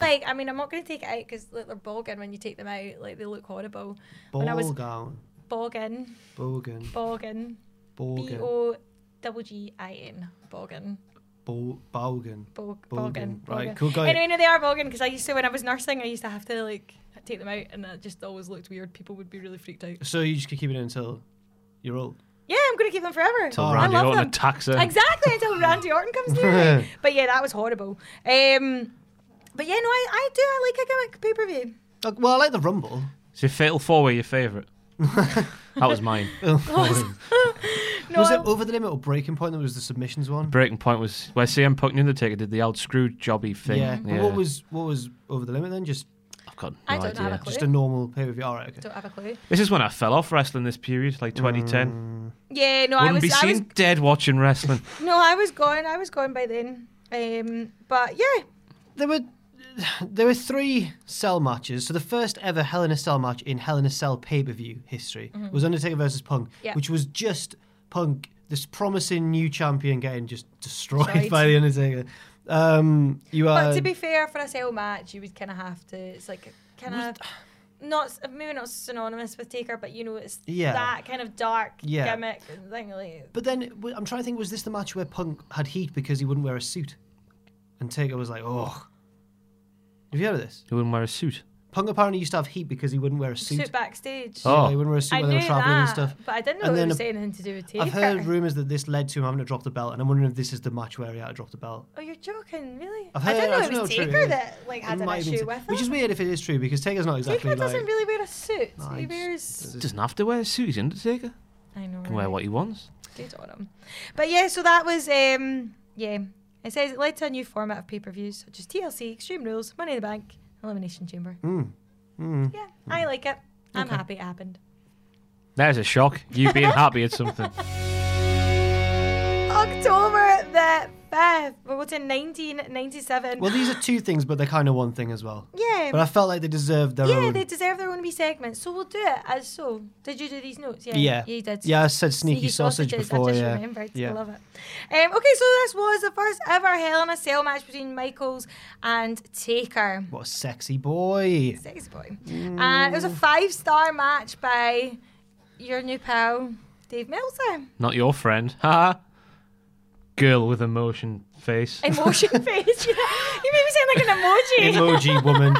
Speaker 1: Like, I mean, I'm not going to take it out because like, they're bogging when you take them out. Like, they look horrible. when I was
Speaker 3: Bolgown.
Speaker 1: bogging,
Speaker 3: Bogan.
Speaker 1: bogging, B
Speaker 3: Bogan.
Speaker 1: O double G I N, bogging.
Speaker 3: Bo- Bogan.
Speaker 1: Bog,
Speaker 3: Bogan.
Speaker 1: boggin,
Speaker 3: Right,
Speaker 1: boggin.
Speaker 3: cool guy.
Speaker 1: Anyway, no, they are boggin because I used to when I was nursing, I used to have to like take them out, and that just always looked weird. People would be really freaked out.
Speaker 3: So you just could keep it in until you're old.
Speaker 1: Yeah, I'm gonna keep them forever.
Speaker 2: Till
Speaker 1: I
Speaker 2: Randy
Speaker 1: love
Speaker 2: Orton
Speaker 1: them.
Speaker 2: attacks her.
Speaker 1: Exactly
Speaker 2: [LAUGHS]
Speaker 1: until Randy Orton comes near. me. But yeah, that was horrible. Um, but yeah, no, I, I do. I like a gimmick pay per view.
Speaker 3: Uh, Well, I like the Rumble.
Speaker 2: Is your Fatal Four Way your
Speaker 3: [LAUGHS]
Speaker 2: favourite? that was mine.
Speaker 1: [LAUGHS] No,
Speaker 3: was
Speaker 1: I-
Speaker 3: it over the limit or breaking point that was the submissions one?
Speaker 2: Breaking point was where CM Punk and Undertaker did the old screw jobby thing.
Speaker 3: yeah. But What was what was over the limit then? Just
Speaker 2: I've got no
Speaker 1: I don't have
Speaker 2: idea.
Speaker 1: a clue.
Speaker 3: just a normal pay per view. All right. Okay.
Speaker 1: don't have a clue.
Speaker 2: This is when I fell off wrestling. This period, like 2010,
Speaker 1: Yeah, no, Mm. I was,
Speaker 2: wouldn't be
Speaker 1: I
Speaker 2: seen
Speaker 1: was,
Speaker 2: dead watching wrestling.
Speaker 1: no, I was gone. I was gone by then. Um, but yeah,
Speaker 3: There were [SIGHS] there were three cell matches. So the first ever Hell in a Cell match in Hell in a Cell pay per view history was Undertaker versus Punk,
Speaker 1: Yeah.
Speaker 3: which was just Punk, this promising new champion, getting just destroyed
Speaker 1: Destroyed.
Speaker 3: by the Undertaker. Um, you are.
Speaker 1: but
Speaker 2: Uh,
Speaker 1: to be fair, for a cell match, you would kind of have to. It's like kind of not s- maybe not synonymous with Taker, but you know, it's
Speaker 3: Yeah.
Speaker 1: that kind of dark
Speaker 3: Yeah.
Speaker 1: gimmick thing. Like,
Speaker 3: But then w- I'm trying to think, was this the match where Punk had heat because he wouldn't wear a suit? And Taker was like, oh. Have you heard of this?
Speaker 2: He wouldn't wear a suit.
Speaker 3: Punk apparently used to have heat because he wouldn't wear a suit.
Speaker 1: suit backstage.
Speaker 2: Oh.
Speaker 3: Yeah, he wouldn't wear a suit
Speaker 1: I
Speaker 3: when
Speaker 1: knew
Speaker 3: they were traveling and
Speaker 1: that,
Speaker 3: stuff.
Speaker 1: but I didn't know
Speaker 3: And
Speaker 1: it
Speaker 3: then
Speaker 1: was
Speaker 3: a-
Speaker 1: saying anything to do with Taker.
Speaker 3: I've heard rumours that this led to him having to drop the belt, and I'm wondering if this is the match where he had to drop the belt.
Speaker 1: Oh, you're joking, really?
Speaker 3: I've
Speaker 1: I
Speaker 3: heard-
Speaker 1: didn't know
Speaker 3: I
Speaker 1: it
Speaker 3: don't
Speaker 1: was
Speaker 3: know how true
Speaker 1: Taker
Speaker 3: it is.
Speaker 1: that like had
Speaker 3: It
Speaker 1: an
Speaker 3: might have been
Speaker 1: issue
Speaker 3: t-
Speaker 1: with
Speaker 3: Which is
Speaker 1: him.
Speaker 3: weird if it is true, because Taker's not exactly
Speaker 1: Taker
Speaker 3: like...
Speaker 1: doesn't really wear a suit.
Speaker 3: Nah,
Speaker 1: he
Speaker 3: he's-
Speaker 1: wears.
Speaker 2: Doesn't have to wear a suit. He's Undertaker.
Speaker 1: I know.
Speaker 2: Can wear what he wants.
Speaker 1: Good on him. But yeah, so that was um yeah. It says it led to a new format of pay-per-views such as TLC, Extreme Rules, Money in the Bank, Elimination Chamber.
Speaker 3: Hmm.
Speaker 1: Yeah, I like it. I'm happy it happened.
Speaker 2: There's a shock. You [LAUGHS] being happy at something.
Speaker 1: October the fifth. We're going to 1997.
Speaker 3: Well, these are two things, but they're kind of one thing as well.
Speaker 1: yeah.
Speaker 3: But I felt like they deserved their
Speaker 1: yeah,
Speaker 3: own...
Speaker 1: they deserve their own wee segments, so we'll do it as so. Did you do these notes? Yeah,
Speaker 3: yeah.
Speaker 1: you did.
Speaker 3: Yeah, I said sneaky, sausage
Speaker 1: sausages,
Speaker 3: before,
Speaker 1: I just
Speaker 3: yeah.
Speaker 1: remembered.
Speaker 3: Yeah.
Speaker 1: I love it. Um, okay, so this was the first ever Hell in a Cell match between Michaels and Taker.
Speaker 3: What a
Speaker 1: [LAUGHS]
Speaker 3: sexy boy.
Speaker 1: Sexy boy. And it was a
Speaker 3: Mm.
Speaker 1: five star match by your new pal, Dave Meltzer. [LAUGHS]
Speaker 2: Not your friend. Ha. Girl with emotion face.
Speaker 1: Emotion
Speaker 3: [LAUGHS]
Speaker 1: face. Yeah. You made me sound like an emoji.
Speaker 3: Emoji woman.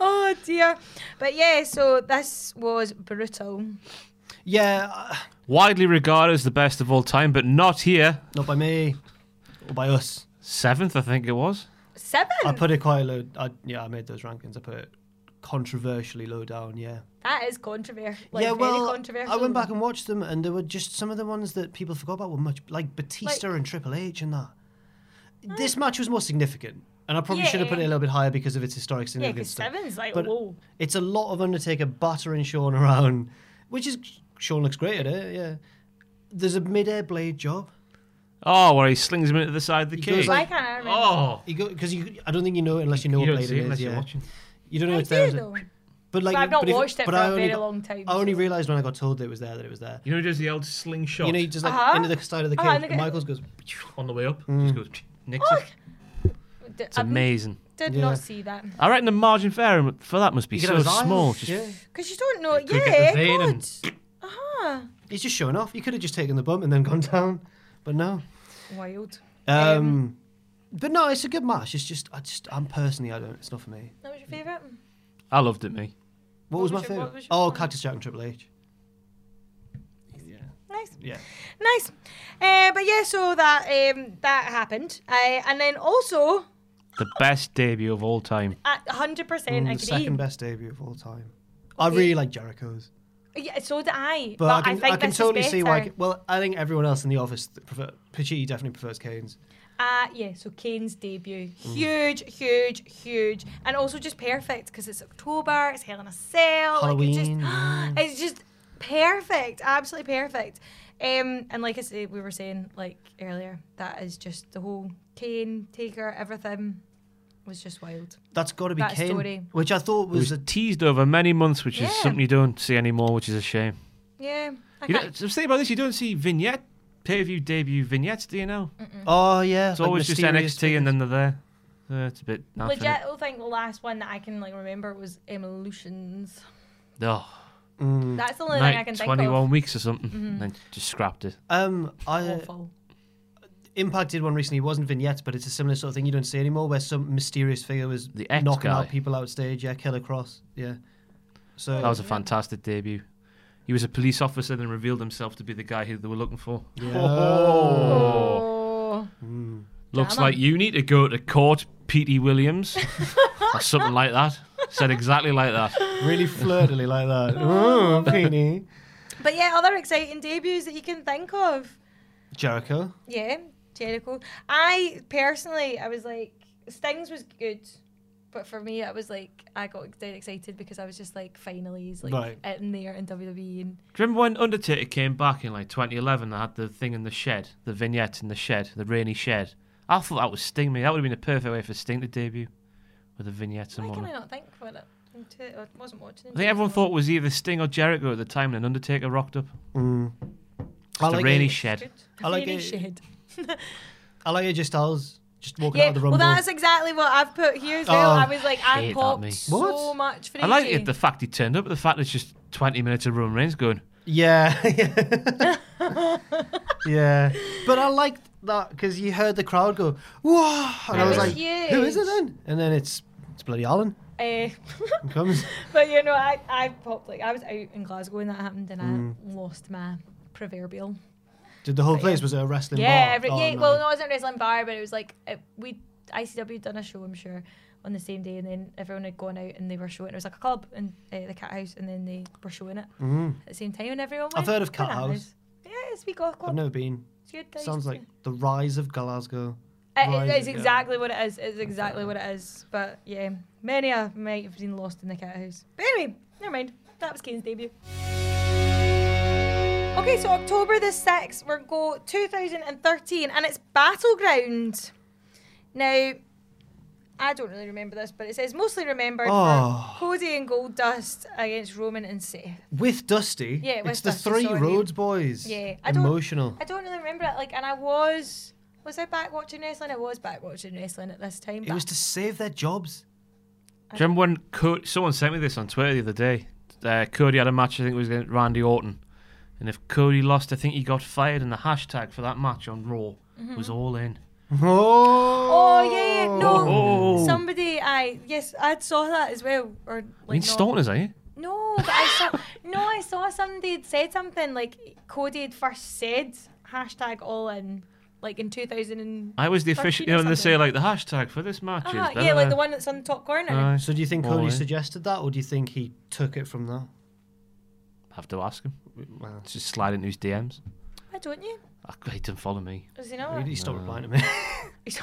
Speaker 1: oh dear. But yeah, so this was brutal.
Speaker 3: Yeah, uh,
Speaker 2: Widely regarded as the best of all time, but not here.
Speaker 3: not by me. Or by us.
Speaker 2: Seventh, I think it was.
Speaker 1: Seven.
Speaker 3: I put it quite low. I, yeah, I made those rankings. I put it controversially low down. Yeah.
Speaker 1: That is controversial. Like,
Speaker 3: yeah.
Speaker 1: very
Speaker 3: Well,
Speaker 1: controversial.
Speaker 3: I went back and watched them, and there were just some of the ones that people forgot about were much like Batista and Triple H and that. This match was more significant, and I probably should have put it a
Speaker 1: Yeah.
Speaker 3: little bit higher because of its historic
Speaker 1: Yeah,
Speaker 3: significance.
Speaker 1: because
Speaker 3: stuff.
Speaker 1: seven's like
Speaker 3: But
Speaker 1: low.
Speaker 3: it's a lot of Undertaker battering Sean around, which is Sean looks great at it. Yeah. There's a mid-air blade job.
Speaker 2: Oh, where he slings him into the side of the
Speaker 3: He
Speaker 2: cage.
Speaker 3: goes
Speaker 1: Why
Speaker 3: like-
Speaker 1: can't I remember?
Speaker 2: oh,
Speaker 3: You go because you. I don't think you know it unless you know
Speaker 2: you
Speaker 3: what
Speaker 2: don't
Speaker 3: blade
Speaker 2: see it
Speaker 3: it is.
Speaker 2: unless you're
Speaker 3: yeah.
Speaker 2: watching.
Speaker 3: You don't know
Speaker 1: I
Speaker 3: it's there.
Speaker 1: do
Speaker 3: is it?
Speaker 1: though.
Speaker 3: But like,
Speaker 1: But I've not
Speaker 3: if-
Speaker 1: watched it
Speaker 3: but
Speaker 1: for
Speaker 3: I
Speaker 1: a
Speaker 3: only
Speaker 1: very
Speaker 3: got-
Speaker 1: long time,
Speaker 3: I only
Speaker 1: so-
Speaker 3: realised when I got told that it was there that it was there.
Speaker 2: You know he does the old slingshot
Speaker 3: You know, he just like
Speaker 1: Uh-huh.
Speaker 3: into the side of the cage.
Speaker 1: Uh-huh, look
Speaker 3: and
Speaker 1: at-
Speaker 3: Michael's goes.
Speaker 2: on the way up.
Speaker 3: mm.
Speaker 2: Just goes, nicks it.
Speaker 1: D-
Speaker 2: It's
Speaker 1: I
Speaker 2: amazing.
Speaker 1: did
Speaker 3: Yeah.
Speaker 1: not see that
Speaker 2: I reckon the margin fair for that must be
Speaker 3: You
Speaker 2: so small. Just
Speaker 3: Yeah.
Speaker 1: because you don't know.
Speaker 2: could get
Speaker 1: Yeah,
Speaker 2: the vein
Speaker 1: God.
Speaker 2: and-
Speaker 1: Uh-huh.
Speaker 3: He's just showing off. You could have just taken the bump and then [LAUGHS] gone down, but no.
Speaker 1: Wild.
Speaker 3: Um, but no, it's a good match. It's just I just I'm personally I don't. It's not for me.
Speaker 1: That was your favourite.
Speaker 2: I loved it, me.
Speaker 3: What, was,
Speaker 1: was
Speaker 3: my
Speaker 1: your- what
Speaker 3: favorite?
Speaker 1: was your
Speaker 3: Oh,
Speaker 1: one?
Speaker 3: Cactus Jack and Triple H.
Speaker 1: Nice.
Speaker 3: Yeah.
Speaker 1: Nice. Uh, but yeah, so that um, that happened. Uh, and then also,
Speaker 2: The best debut of all time.
Speaker 1: at 100%
Speaker 3: Mm,
Speaker 1: I
Speaker 3: the second
Speaker 1: agree.
Speaker 3: best debut of all time. I really like Jericho's,
Speaker 1: Yeah, so did I.
Speaker 3: but I can,
Speaker 1: think
Speaker 3: can
Speaker 1: this
Speaker 3: totally
Speaker 1: is
Speaker 3: see why.
Speaker 1: better.
Speaker 3: Well, I think everyone else in the office th- prefer Pachi definitely prefers Kane's.
Speaker 1: Uh, yeah, so Kane's debut.
Speaker 2: Mm.
Speaker 1: Huge, huge, huge. And also just perfect because it's October, it's Hell in a Cell.
Speaker 3: Halloween,
Speaker 1: Like [GASPS] it's, just, it's just perfect, absolutely perfect. Um, and like I said, we were saying like earlier, that is just the whole Kane, Taker, everything was just wild.
Speaker 3: That's got to be
Speaker 1: That
Speaker 3: Kane,
Speaker 1: story.
Speaker 3: which I thought
Speaker 2: It was
Speaker 3: was a
Speaker 2: teased over many months, which is
Speaker 1: Yeah.
Speaker 2: something you don't see anymore, which is a shame.
Speaker 1: Yeah. I
Speaker 2: You know, I
Speaker 1: can't-
Speaker 2: was thinking about this. You don't see vignette, pay per view debut vignettes, do you know?
Speaker 1: Mm.
Speaker 3: oh yeah.
Speaker 2: It's always just NXT and then they're there. Uh, it's a bit naff,
Speaker 1: Legit,
Speaker 2: isn't
Speaker 1: I
Speaker 2: it?
Speaker 1: don't think the last one that I can like remember was Evolutions.
Speaker 2: Oh,
Speaker 1: That's the only thing I
Speaker 2: night,
Speaker 1: can
Speaker 2: 21
Speaker 1: think Mm-hmm.
Speaker 2: weeks or something. And then just scrapped it.
Speaker 3: um
Speaker 1: of.
Speaker 3: I
Speaker 1: Awful.
Speaker 3: impacted one recently. It wasn't vignettes, but it's a similar sort of thing you don't see anymore, where some mysterious figure was
Speaker 2: The X
Speaker 3: knocking
Speaker 2: guy.
Speaker 3: out people outstage. Yeah, Killer Cross. Yeah. So
Speaker 2: That was a fantastic debut. He was a police officer then revealed himself to be the guy who they were looking for. [LAUGHS] Oh.
Speaker 1: Oh.
Speaker 2: Looks
Speaker 1: Drama.
Speaker 2: like you need to go to court,
Speaker 1: [LAUGHS]
Speaker 2: Petey Williams, or something like that. Said exactly like that.
Speaker 3: really flirtily like
Speaker 1: [LAUGHS]
Speaker 3: that. Oh, Peony.
Speaker 1: But yeah, other exciting debuts that you can think of.
Speaker 3: Jericho.
Speaker 1: Yeah, Jericho. I personally, I was like, Stings was good, but for me, I was like, I got dead excited because I was just like, finally, he's like
Speaker 3: Right.
Speaker 1: in there in WWE. And
Speaker 2: Do you remember when Undertaker came back in like 2011? They had the thing in the shed, the vignette in the shed, the rainy shed. I thought that was Sting. Me, that would have been a perfect way for Sting to debut with a vignette and
Speaker 1: why can I
Speaker 2: whatnot.
Speaker 1: not think about it? Into it? I wasn't watching.
Speaker 2: I think everyone thought it was either Sting or Jericho at the time, and then Undertaker rocked up.
Speaker 3: I
Speaker 2: the
Speaker 3: like
Speaker 2: rainy
Speaker 3: it.
Speaker 2: shed.
Speaker 3: I like
Speaker 1: Rainy
Speaker 3: it.
Speaker 1: shed.
Speaker 3: I like AJ Styles just walking
Speaker 1: Yeah,
Speaker 3: out of the rumble.
Speaker 1: well, that's exactly what I've put here as well.
Speaker 3: Oh,
Speaker 1: I was like, I
Speaker 2: hate that
Speaker 1: popped
Speaker 2: me.
Speaker 1: so
Speaker 3: What?
Speaker 1: much for
Speaker 2: I like
Speaker 1: AJ.
Speaker 2: it, the fact he turned up, but the fact it's just 20 minutes of Roman Reigns going,
Speaker 3: yeah. [LAUGHS]
Speaker 1: [LAUGHS]
Speaker 3: yeah. But I like that because you heard the crowd go, whoa. And I
Speaker 1: That
Speaker 3: was
Speaker 1: was
Speaker 3: like, who
Speaker 1: huge.
Speaker 3: is it then? And then it's, it's bloody Allen.
Speaker 1: Eh, [LAUGHS]
Speaker 3: He comes.
Speaker 1: but you know, I, I popped like I was out in Glasgow when that happened, and
Speaker 3: Mm.
Speaker 1: I lost my proverbial.
Speaker 3: Did the whole place, was it a wrestling
Speaker 1: Yeah,
Speaker 3: bar?
Speaker 1: every,
Speaker 3: Oh,
Speaker 1: yeah.
Speaker 3: no.
Speaker 1: Well, no, it wasn't a wrestling bar, but it was like it, we ICW done a show, I'm sure, on the same day, and then everyone had gone out and they were showing. It was like a club and uh, the Cat House, and then they were showing it at the same time, and everyone. Went
Speaker 3: Mm-hmm. I've heard of Cat
Speaker 1: bananas. Yeah, it's we got
Speaker 3: I've never been.
Speaker 1: It's good. I used
Speaker 3: Sounds
Speaker 1: to-
Speaker 3: like the rise of Glasgow.
Speaker 1: Uh, It,
Speaker 3: Right,
Speaker 1: it, it's
Speaker 3: yeah.
Speaker 1: exactly what it is. It's exactly what it is. But yeah, many I might have been lost in the cat house. But anyway, never mind. That was Kane's debut. Okay, so October the 6th, we're go 2013, and it's Battleground. Now, I don't really remember this, but it says mostly remembered
Speaker 3: Oh.
Speaker 1: for Cody and Gold Dust against Roman and Seth.
Speaker 3: With Dusty.
Speaker 1: Yeah, with
Speaker 3: It's the
Speaker 1: Dusty,
Speaker 3: three
Speaker 1: sorry.
Speaker 3: Rhodes boys.
Speaker 1: Yeah, I don't-
Speaker 3: Emotional.
Speaker 1: I don't really remember it, like, and I was. Was I back watching wrestling? I was back watching wrestling at this time.
Speaker 3: It
Speaker 1: but
Speaker 3: was to save their jobs.
Speaker 2: Do you remember when Co- someone sent me this on Twitter the other day? Uh, Cody had a match, I think it was against Randy Orton. And if Cody lost, I think he got fired. And the hashtag for that match on Raw was all in.
Speaker 3: Oh.
Speaker 1: Oh yeah, yeah. no. Somebody, I yes, I saw that as well. Or like,
Speaker 2: I mean,
Speaker 1: not-
Speaker 2: Stoners, are you?
Speaker 1: No, but I saw. [LAUGHS] no, I saw somebody had said something like Cody had first said hashtag all in, like in two thousand and.
Speaker 2: I was the official.
Speaker 1: 13
Speaker 2: You
Speaker 1: or
Speaker 2: know, when they say
Speaker 1: something.
Speaker 2: like the hashtag for this match
Speaker 1: Ah,
Speaker 2: is.
Speaker 1: yeah, like the one that's on the top corner.
Speaker 2: Aye.
Speaker 3: So do you think
Speaker 2: All
Speaker 3: Cody
Speaker 2: in.
Speaker 3: suggested that, or do you think he took it from that?
Speaker 2: have to ask him.
Speaker 3: Well,
Speaker 2: Just slide into his DMs.
Speaker 1: Why don't you?
Speaker 2: Ah, He didn't follow me.
Speaker 1: Is he not?
Speaker 3: he, he stopped replying
Speaker 1: [LAUGHS]
Speaker 3: to me.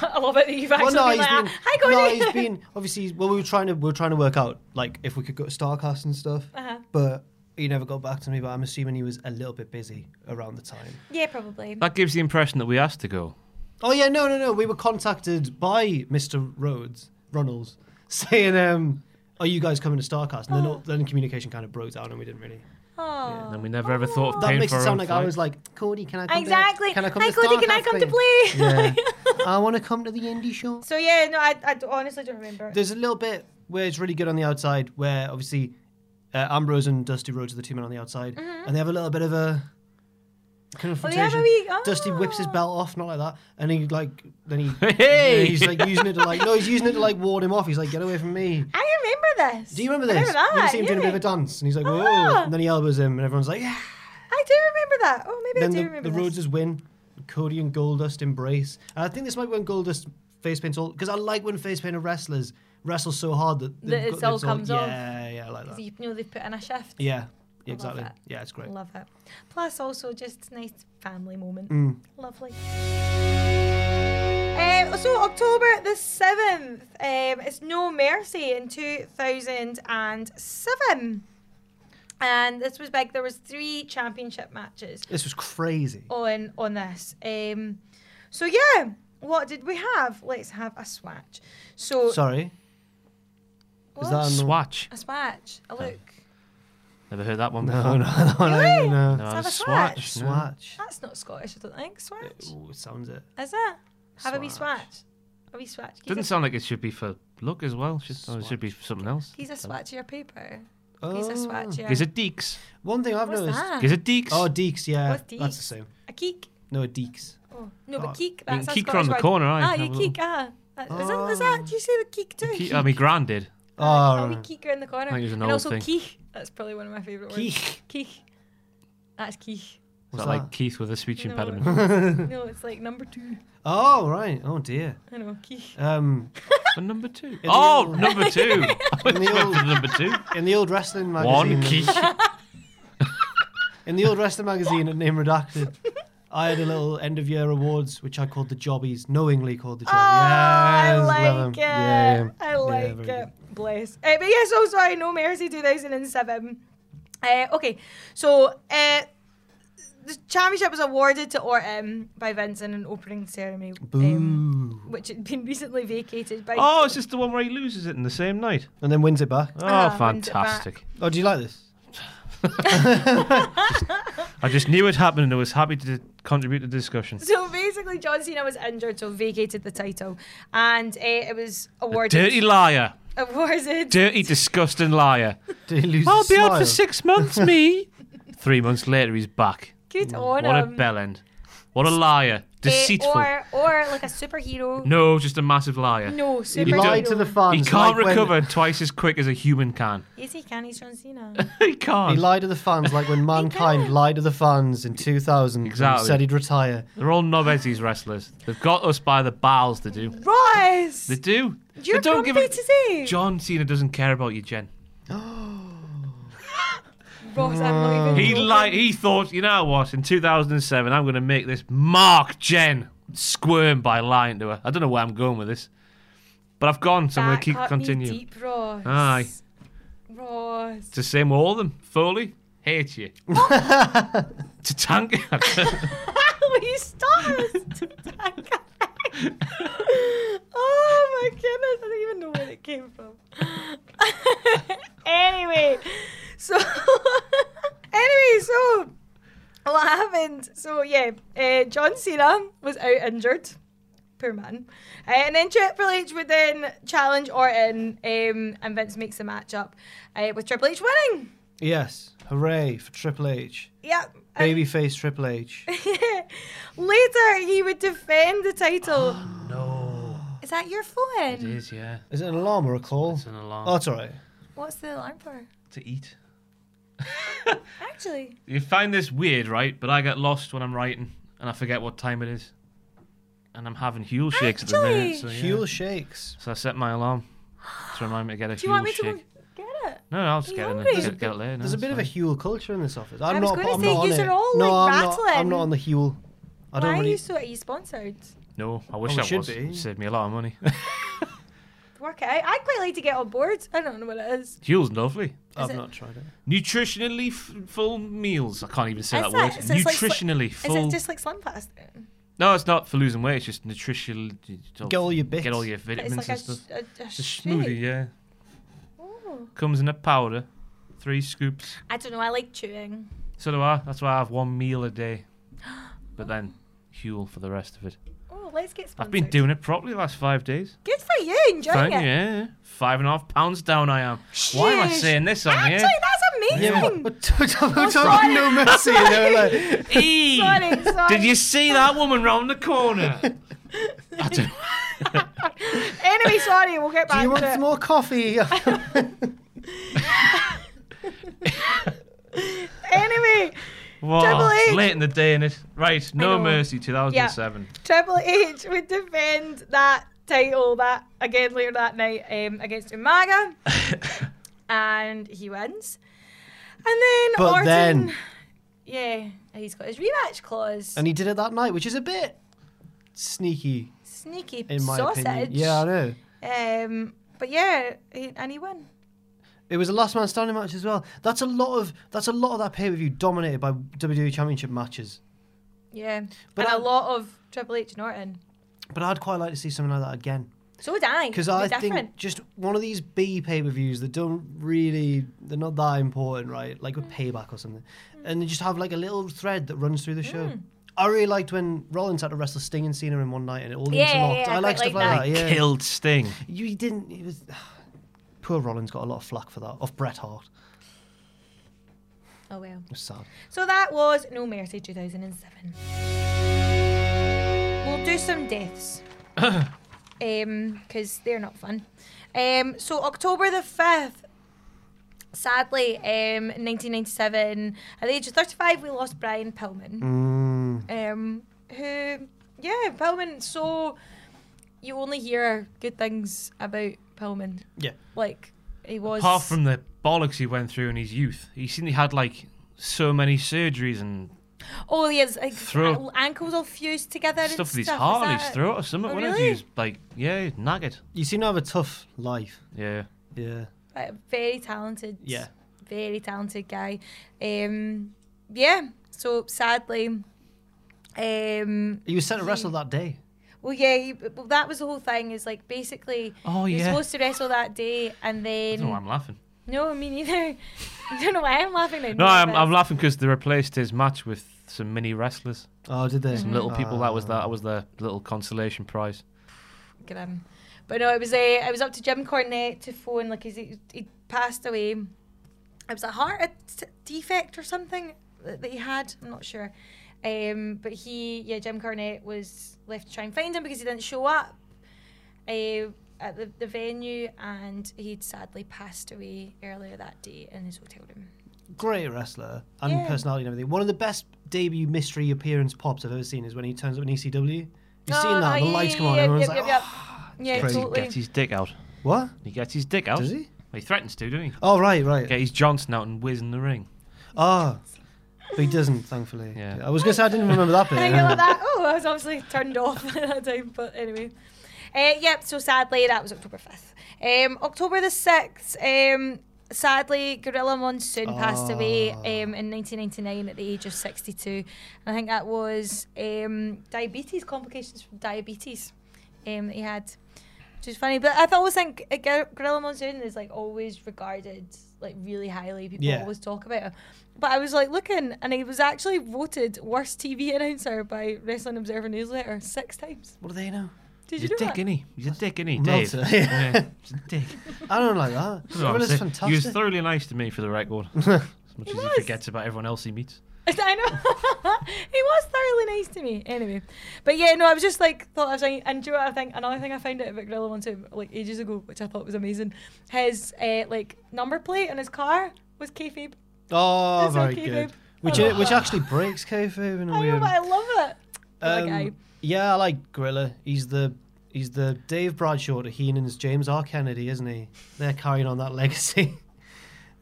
Speaker 1: I love it that you've actually been like,
Speaker 3: Oh, been-
Speaker 1: "Hi, Cody."
Speaker 3: No, he's been obviously. he's- Well, we were trying to we were trying to work out like if we could go to Starcast and stuff,
Speaker 1: Uh-huh.
Speaker 3: but he never got back to me, but I'm assuming he was a little bit busy around the time.
Speaker 1: [LAUGHS] Yeah, probably.
Speaker 2: That gives the impression that we asked to go.
Speaker 3: Oh yeah, no, no, no. We were contacted by Mr. Rhodes, Runnels, [LAUGHS] saying, um, "Are you guys coming to Starcast?" And then, all- then communication kind of broke down, and we didn't really.
Speaker 1: Aw.
Speaker 2: And we never ever thought of
Speaker 3: That
Speaker 2: paying
Speaker 3: makes
Speaker 2: for
Speaker 3: it
Speaker 2: our
Speaker 3: sound
Speaker 2: own
Speaker 3: like I
Speaker 2: flight.
Speaker 3: was like, Cody, can I come
Speaker 1: Exactly.
Speaker 3: To, can I come
Speaker 1: Hi,
Speaker 3: to
Speaker 1: Cody, can I
Speaker 3: Starcast,
Speaker 1: come to
Speaker 3: please?"
Speaker 1: play?
Speaker 3: Yeah. I want to come to the indie
Speaker 1: [LAUGHS]
Speaker 3: show.
Speaker 1: So yeah, no, I, I d- honestly don't remember.
Speaker 3: There's a little bit where it's really good on the outside, where obviously uh, Ambrose and Dusty Rhodes are the two men on the outside,
Speaker 1: Mm-hmm.
Speaker 3: and they have a little bit of a confrontation.
Speaker 1: wee-
Speaker 3: Dusty whips his
Speaker 1: ah.
Speaker 3: belt off, not like that, and he like then he
Speaker 2: Hey!
Speaker 3: yeah, he's like using it to like no, he's using it to like ward him off. He's like, get away from me.
Speaker 1: I remember this.
Speaker 3: Do you remember
Speaker 1: I
Speaker 3: this?
Speaker 1: remember
Speaker 3: you ever
Speaker 1: that,
Speaker 3: see him doing a bit of
Speaker 1: yeah.
Speaker 3: a dance, and he's like, whoa,
Speaker 1: Ah.
Speaker 3: and then he elbows him, and everyone's like, yeah.
Speaker 1: I do remember that. Oh, maybe I do
Speaker 3: then the,
Speaker 1: remember
Speaker 3: the
Speaker 1: this.
Speaker 3: Rhodeses win. Cody and Goldust embrace. And I think this might be when Goldust face paints all because I like when face painted wrestlers wrestle so hard that they've
Speaker 1: That
Speaker 3: got-
Speaker 1: it's all
Speaker 3: they've
Speaker 1: comes off.
Speaker 3: Yeah, yeah, I like that.
Speaker 1: So you know they've put in a shift.
Speaker 3: Yeah, exactly.
Speaker 1: that.
Speaker 3: Yeah, it's great.
Speaker 1: Love it. Plus, also just nice family moment.
Speaker 3: Mm.
Speaker 1: Lovely. Um, so October the seventh. Um, it's No Mercy in two thousand and seven, and this was big. There was three championship matches
Speaker 3: This was crazy.
Speaker 1: on on this. Um, so yeah, what did we have? Let's have a swatch. So
Speaker 3: Sorry,
Speaker 1: what?
Speaker 3: that a-
Speaker 2: Swatch.
Speaker 1: a swatch? A look.
Speaker 2: Never heard that one before.
Speaker 3: [LAUGHS] no, no,
Speaker 1: Really?
Speaker 3: no.
Speaker 2: No,
Speaker 1: Let's have
Speaker 2: it's
Speaker 1: a
Speaker 2: swatch. no.
Speaker 3: Swatch.
Speaker 1: That's not Scottish, I don't think. Swatch.
Speaker 3: Ooh, it sounds it.
Speaker 1: Is it? Have a wee
Speaker 3: Swatch.
Speaker 1: swatch. A wee swatch. He's
Speaker 2: Doesn't
Speaker 1: a,
Speaker 2: sound like it should be for look as well. Should, oh, it should be for something else.
Speaker 1: he's a swatchier paper. He's
Speaker 3: Oh.
Speaker 1: a swatchier.
Speaker 2: Is it Deeks?
Speaker 3: One thing I've
Speaker 1: What's
Speaker 3: noticed.
Speaker 1: that?
Speaker 2: Is it uh, Deeks?
Speaker 3: Oh, Deeks. Yeah,
Speaker 1: What's
Speaker 3: that's the
Speaker 1: Deeks?
Speaker 3: same.
Speaker 1: A keek.
Speaker 3: No, a Deeks.
Speaker 1: Oh. No,
Speaker 3: Oh,
Speaker 1: but keek.
Speaker 2: can
Speaker 1: That's a
Speaker 2: keek
Speaker 1: Scottish
Speaker 2: around the
Speaker 1: word.
Speaker 2: corner, aye,
Speaker 1: Ah,
Speaker 2: have
Speaker 1: you
Speaker 2: a
Speaker 1: keek. Ah. That- Is, that, is
Speaker 3: Ah.
Speaker 1: that? Do you say the keek too?
Speaker 2: Key, I mean, Gran did.
Speaker 1: Ah,
Speaker 3: Oh,
Speaker 1: a wee keek around the corner.
Speaker 2: I think it's an
Speaker 1: and
Speaker 2: old
Speaker 1: also
Speaker 2: thing.
Speaker 1: keek. That's probably one of my favourite words.
Speaker 3: Keek.
Speaker 1: Keek. That's keek.
Speaker 2: Is
Speaker 3: What's
Speaker 2: that like
Speaker 3: that?
Speaker 2: Keith with a speech
Speaker 1: No.
Speaker 2: impediment?
Speaker 1: no,
Speaker 3: [LAUGHS]
Speaker 1: it's like number two.
Speaker 3: oh, right. Oh dear.
Speaker 1: I know, keek.
Speaker 3: Um,
Speaker 2: And number two.
Speaker 3: the
Speaker 2: Oh,
Speaker 3: old-
Speaker 2: number two. I [LAUGHS] went
Speaker 3: the old-
Speaker 2: for number two.
Speaker 3: in the old wrestling
Speaker 1: [LAUGHS]
Speaker 3: magazine.
Speaker 2: One
Speaker 3: there
Speaker 2: Keith.
Speaker 3: was- In the old wrestling magazine at Name Redacted, I had a little end of year awards which I called the Jobbies, knowingly called the Jobbies.
Speaker 1: Ah, I
Speaker 3: Yes, love 'em.
Speaker 1: like it.
Speaker 3: Yeah, yeah.
Speaker 1: I
Speaker 3: Yeah,
Speaker 1: like
Speaker 3: very
Speaker 1: it. Bless. Uh, but yes, also I know Mercy 2007. Uh, okay, so uh, the championship was awarded to Orton by Vince in an opening ceremony,
Speaker 3: good. Boo.
Speaker 1: um, which had been [LAUGHS] recently vacated by.
Speaker 2: [LAUGHS] Oh, it's just the one where he loses it in the same night.
Speaker 3: and then wins it back.
Speaker 2: Oh,
Speaker 1: Ah, wins it back.
Speaker 2: fantastic.
Speaker 3: Oh, do you like this?
Speaker 2: I just knew it happened and I was happy to contribute to the discussion.
Speaker 1: [LAUGHS] So basically, John Cena was injured, so vacated the title, and uh, it was awarded.
Speaker 2: Dirty liar.
Speaker 1: awarded.
Speaker 2: Dirty, disgusting liar.
Speaker 3: Did he lose
Speaker 2: I'll
Speaker 3: his
Speaker 2: be out
Speaker 3: smile?
Speaker 2: for six months, [LAUGHS] me. Three months later, he's back.
Speaker 1: [LAUGHS] Good on
Speaker 2: What a
Speaker 1: him.
Speaker 2: bellend. What a liar.
Speaker 1: Eh,
Speaker 2: Deceitful.
Speaker 1: um, or or like a superhero.
Speaker 2: No, just a massive liar.
Speaker 1: No,
Speaker 3: He
Speaker 1: superhero.
Speaker 3: lied to the fans.
Speaker 2: He can't
Speaker 3: like when-
Speaker 2: recover twice as quick as a human [LAUGHS] can.
Speaker 1: Yes, he can. He's John
Speaker 3: [LAUGHS]
Speaker 1: Cena.
Speaker 2: he can't.
Speaker 3: he lied to the fans
Speaker 1: [LAUGHS]
Speaker 3: like when mankind lied to the fans in 2000
Speaker 2: Exactly.
Speaker 3: and said he'd retire.
Speaker 2: They're all knobheads, these wrestlers. They've got us by the bowels, they do.
Speaker 1: Ross!
Speaker 2: They do.
Speaker 1: You're
Speaker 2: they don't give
Speaker 1: grumpy
Speaker 2: a...
Speaker 1: today.
Speaker 2: John Cena doesn't care about you, Jen.
Speaker 1: Ross, I'm not even.
Speaker 2: He
Speaker 1: joking.
Speaker 2: like he thought, you know what? In 2007, I'm going to make this Mark Jen squirm by lying to her. I don't know where I'm going with this, but I've gone, so I'm going
Speaker 1: That
Speaker 2: to keep
Speaker 1: cut Me
Speaker 2: continuing.
Speaker 1: deep, Ross.
Speaker 2: Aye.
Speaker 1: Ross.
Speaker 2: It's the same with all of them. Foley,
Speaker 1: [LAUGHS]
Speaker 2: hate you. to tank.
Speaker 1: Will you stop us? [LAUGHS] oh my goodness, I don't even know where it came from. [LAUGHS] anyway, so [LAUGHS] anyway, so what happened? So yeah, uh, John Cena was out injured. Poor man. Uh, and then Triple H would then challenge Orton, um, and Vince makes the match up uh, with Triple H winning.
Speaker 3: Yes. Hooray for Triple H.
Speaker 1: Yep. And
Speaker 3: Babyface Triple H.
Speaker 1: Later, he would defend the title.
Speaker 2: [GASPS] no,
Speaker 1: Is that your phone?
Speaker 2: it is. Yeah,
Speaker 3: Is it an alarm or a call?
Speaker 2: it's an alarm
Speaker 3: Oh, it's all right.
Speaker 1: What's the alarm for?
Speaker 2: to eat.
Speaker 1: Actually,
Speaker 2: You find this weird, right? But I get lost when I'm writing, and I forget what time it is, and I'm having Huel shakes at the minute. So, yeah.
Speaker 3: Huel shakes.
Speaker 2: So I set my alarm to remind me to get a
Speaker 1: do you want
Speaker 2: Huel
Speaker 1: me to go
Speaker 2: shake.
Speaker 1: get it?
Speaker 2: No, no, I'll just
Speaker 1: Are
Speaker 2: get
Speaker 1: you
Speaker 2: it, and
Speaker 1: hungry?
Speaker 2: get, get it later. No,
Speaker 3: There's a
Speaker 2: it's
Speaker 3: bit of a
Speaker 2: fine.
Speaker 3: Huel culture in this office. I'm
Speaker 1: I was
Speaker 3: not.
Speaker 1: gonna
Speaker 3: I'm
Speaker 1: say,
Speaker 3: not on
Speaker 1: yous
Speaker 3: it.
Speaker 1: are all,
Speaker 3: no,
Speaker 1: like,
Speaker 3: I'm Not, I'm
Speaker 1: rattling.
Speaker 3: not on the Huel. I don't
Speaker 1: Why are
Speaker 3: really.
Speaker 1: you so? Are you sponsored?
Speaker 2: No, I wish
Speaker 3: Oh, it
Speaker 2: I
Speaker 3: should
Speaker 2: [LAUGHS] was.
Speaker 3: be.
Speaker 2: Saved me a lot of money.
Speaker 1: work it out. I'd quite like to get on board. I don't know what it is.
Speaker 2: Jules, lovely.
Speaker 3: I've not tried it.
Speaker 2: Nutritionally f- full meals. I can't even say
Speaker 1: Is
Speaker 2: that word.
Speaker 1: that- so it's like sli-
Speaker 2: Nutritionally full.
Speaker 1: Is it just like Slim Fast? then?
Speaker 2: No, it's not for losing weight. It's just nutrition.
Speaker 3: Get all your bits.
Speaker 2: Get all your
Speaker 1: It's
Speaker 2: vitamins
Speaker 1: like a,
Speaker 2: and stuff.
Speaker 1: a, a
Speaker 2: It's a
Speaker 1: shake.
Speaker 2: smoothie, yeah.
Speaker 1: Oh.
Speaker 2: Comes in a powder, three scoops.
Speaker 1: I don't know. I like chewing.
Speaker 2: So do I. That's why I have one meal
Speaker 1: [GASPS]
Speaker 2: a day. But then fuel for the rest of it.
Speaker 1: Oh, let's get sponsored.
Speaker 2: I've been doing it properly the last five days.
Speaker 1: Good for you. Enjoying
Speaker 2: Thank
Speaker 1: it.
Speaker 2: you. Yeah. Five and a half pounds down I am. Why am I
Speaker 1: Sheesh.
Speaker 2: saying this on
Speaker 1: Actually,
Speaker 2: here?
Speaker 1: that's amazing.
Speaker 2: [LAUGHS]
Speaker 3: [LAUGHS] Talking no mercy. You know, like,
Speaker 2: Eee!
Speaker 1: Sorry, sorry.
Speaker 2: Did you see that woman round the
Speaker 1: [LAUGHS]
Speaker 2: corner? I don't
Speaker 1: Anyway, sorry. We'll get
Speaker 3: do
Speaker 1: back
Speaker 3: you want
Speaker 1: to it.
Speaker 3: some
Speaker 1: [LAUGHS]
Speaker 3: more coffee?
Speaker 1: Anyway,
Speaker 2: Wow,
Speaker 1: Triple
Speaker 2: it's
Speaker 1: H.
Speaker 2: late in the day, and it right. No
Speaker 1: know.
Speaker 2: mercy, 2007.
Speaker 1: Triple H would defend that title that again later that night um, against
Speaker 3: [LAUGHS]
Speaker 1: Umaga, and he wins. And then
Speaker 3: But
Speaker 1: Orton,
Speaker 3: then-
Speaker 1: yeah, he's got his rematch clause.
Speaker 3: and he did it that night, which is a bit sneaky,
Speaker 1: Sneaky
Speaker 3: in my
Speaker 1: sausage.
Speaker 3: opinion. Yeah, I know.
Speaker 1: Um, but yeah, he, and he won.
Speaker 3: It was a last man standing match as well. That's a lot of that's a lot of that pay per view dominated by WWE Championship matches.
Speaker 1: Yeah,
Speaker 3: But
Speaker 1: and
Speaker 3: I-
Speaker 1: a lot of Triple H Norton.
Speaker 3: But I'd quite like to see something like that again.
Speaker 1: So did I.
Speaker 3: Because
Speaker 1: They're
Speaker 3: I
Speaker 1: different.
Speaker 3: think just one of these B pay per views that don't really, they're not that important, right? Like
Speaker 1: Mm.
Speaker 3: with Payback or something. And they just have like a little thread that runs through the show.
Speaker 1: Mm.
Speaker 3: I really liked when Rollins had to wrestle Sting and Cena in one night and it all
Speaker 1: Yeah,
Speaker 3: interlocked.
Speaker 1: yeah,
Speaker 3: I like
Speaker 1: quite
Speaker 3: stuff
Speaker 1: like
Speaker 3: like
Speaker 1: that.
Speaker 3: that, yeah.
Speaker 2: Killed Sting.
Speaker 3: You didn't, it was. [SIGHS] Poor Rollins got a lot of flack for that, off Bret Hart.
Speaker 1: Oh well.
Speaker 3: It was sad.
Speaker 1: So that was No Mercy 2007. We'll do some
Speaker 2: [LAUGHS]
Speaker 1: deaths. um, because they're not fun. Um, so October the 5th, sadly, um, 1997, at the age of 35, we lost Brian Pillman. Um, who, yeah, Pillman, so you only hear good things about Pillman.
Speaker 3: Yeah.
Speaker 1: Like, he was.
Speaker 2: Apart from the bollocks he went through in his youth, he seemed he had like so many surgeries and
Speaker 1: Oh, he has like,
Speaker 2: Throat.
Speaker 1: a- ankles all fused together. and
Speaker 2: stuff with his
Speaker 1: stuff. Is
Speaker 2: heart and his
Speaker 1: that-
Speaker 2: throat or something.
Speaker 1: Oh,
Speaker 2: when he
Speaker 1: really?
Speaker 2: was like, yeah, he's knackered.
Speaker 3: You seem to have a tough life.
Speaker 2: Yeah.
Speaker 3: Yeah.
Speaker 1: Like, a very talented.
Speaker 3: Yeah.
Speaker 1: Very talented guy. Um, yeah. So sadly, um,
Speaker 3: You were set to wrestle that day.
Speaker 1: well, yeah. He, well, that was the whole thing. Is like basically,
Speaker 2: Oh,
Speaker 1: you're
Speaker 2: yeah.
Speaker 1: supposed to wrestle that day, and
Speaker 2: I don't know why
Speaker 1: then
Speaker 2: I'm laughing.
Speaker 1: [LAUGHS] no, me neither. [LAUGHS] I don't know why I'm laughing. At
Speaker 2: No,
Speaker 1: none
Speaker 2: I'm,
Speaker 1: of
Speaker 2: I'm
Speaker 1: this.
Speaker 2: laughing because they replaced his match with some mini wrestlers,
Speaker 3: Oh, did they?
Speaker 2: some little people. That was that. That was their little consolation prize.
Speaker 1: grim. But no, it was a. I was up to Jim Cornette to phone like he's, he he passed away. It was a heart at- defect or something that, that he had. I'm not sure. Um, but he, yeah, Jim Cornette was left to try and find him because he didn't show up uh, at the, the venue, and he'd sadly passed away earlier that day in his hotel room.
Speaker 3: great wrestler and
Speaker 1: Yeah.
Speaker 3: personality and everything. One of the best debut mystery appearance pops I've ever seen is when he turns up in E ECW. You've seen that? The lights come on.
Speaker 1: Oh, Yeah,
Speaker 3: everyone's
Speaker 1: yep,
Speaker 3: like, "Ah,
Speaker 1: yep, yep. yeah,
Speaker 3: crazy.
Speaker 2: He
Speaker 1: totally.
Speaker 2: gets his dick out.
Speaker 3: "Oh, what?
Speaker 2: He gets his dick out.
Speaker 3: Does he?
Speaker 2: He threatens to, doesn't he?
Speaker 3: Oh, right, right.
Speaker 2: Get his Johnson out and whiz in the ring.
Speaker 3: Oh. But he doesn't, thankfully.
Speaker 2: Yeah.
Speaker 3: I was going to say I didn't remember that
Speaker 1: [LAUGHS]
Speaker 3: bit.
Speaker 1: I
Speaker 3: [LAUGHS]
Speaker 1: know that. Oh, I was obviously turned off [LAUGHS] at that time, but anyway. Uh, yep, so sadly, that was October 5th. Um, October the 6th, um, sadly, Gorilla Monsoon passed away um, in 1999 at the age of 62. And I think that was um, diabetes, complications from diabetes um, that he had, which is funny. But I th- always think uh, Gor- Gorilla Monsoon is like always regarded like really highly. People
Speaker 3: Yeah.
Speaker 1: always talk about him. But I was like looking, and he was actually voted worst TV [LAUGHS] announcer by Wrestling Observer Newsletter six times.
Speaker 3: What do they know?
Speaker 1: Did
Speaker 2: He's a
Speaker 1: you know
Speaker 2: dick,
Speaker 1: that?
Speaker 2: innit? He's a dick, innit, Dave?
Speaker 3: Melter. Yeah.
Speaker 2: Yeah, he's a dick.
Speaker 3: I don't like that.
Speaker 2: That's what I'm
Speaker 3: Gorilla's
Speaker 2: saying. He was
Speaker 3: fantastic.
Speaker 2: thoroughly nice to me for the record. as much as he
Speaker 1: was.
Speaker 2: forgets about everyone else he meets.
Speaker 1: [LAUGHS] I know. [LAUGHS] he was thoroughly nice to me. Anyway, but yeah, no, I was just like thought I was saying, and do you know what I think? Another thing I found out about Gorilla one time, like ages ago, which I thought was amazing. His uh, like number plate on his car was kayfabe.
Speaker 3: oh,
Speaker 1: It's
Speaker 3: very
Speaker 1: okay,
Speaker 3: good.
Speaker 1: babe.
Speaker 3: Which,
Speaker 1: I
Speaker 2: Oh.
Speaker 3: i-
Speaker 1: love
Speaker 3: which actually breaks kayfabe in a
Speaker 1: I know,
Speaker 3: weird
Speaker 1: but I love it. What a
Speaker 3: Um,
Speaker 1: guy.
Speaker 3: Yeah, I like Gorilla. He's the he's the Dave Bradshaw to Heenan's James R. Kennedy, isn't he? They're carrying on that legacy. [LAUGHS]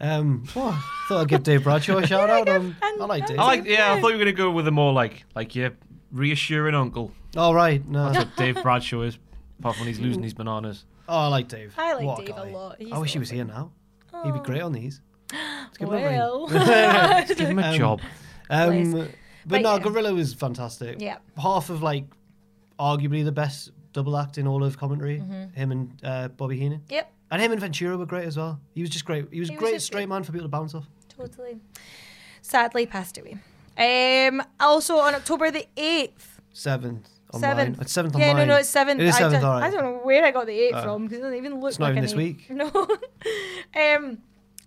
Speaker 3: um, oh, thought I'd give Dave
Speaker 1: [LAUGHS]
Speaker 3: Bradshaw a shout out. Um, I like Dave.
Speaker 2: I like, yeah, I thought you were going to go with a more like, like your reassuring uncle.
Speaker 3: All right, no,
Speaker 2: That's what Dave Bradshaw is, apart from when he's losing his bananas.
Speaker 3: Oh, I like Dave.
Speaker 1: I like
Speaker 3: What
Speaker 1: Dave a
Speaker 3: guy.
Speaker 1: lot. He's
Speaker 3: I wish he was
Speaker 1: lovely.
Speaker 3: here now. He'd be great on these. Let's give him a ring. [LAUGHS]
Speaker 1: Well,
Speaker 2: Give him a job.
Speaker 3: Um,
Speaker 1: Please.
Speaker 3: but,
Speaker 1: But
Speaker 3: no,
Speaker 1: yeah.
Speaker 3: Gorilla was fantastic.
Speaker 1: Yeah.
Speaker 3: Half of like arguably the best double act in all of commentary.
Speaker 1: Mm-hmm.
Speaker 3: Him and uh, Bobby Heenan.
Speaker 1: [LAUGHS] yep,
Speaker 3: And him and Ventura were great as well. He was just great. He was a
Speaker 1: was
Speaker 3: great
Speaker 1: just
Speaker 3: straight
Speaker 1: good.
Speaker 3: man for people to bounce off.
Speaker 1: totally. Sadly, passed away. Um, also on October the eighth,
Speaker 3: Seventh on mine.
Speaker 1: Seventh.
Speaker 3: It's seventh on
Speaker 1: yeah,
Speaker 3: mine.
Speaker 1: no, no, it's seventh.
Speaker 3: It is
Speaker 1: I
Speaker 3: seventh,
Speaker 1: don't,
Speaker 3: all right.
Speaker 1: I don't know where I got the eight from because it doesn't even look
Speaker 3: it's not
Speaker 1: like an
Speaker 3: even this
Speaker 1: eight.
Speaker 3: week.
Speaker 1: [LAUGHS] No. um,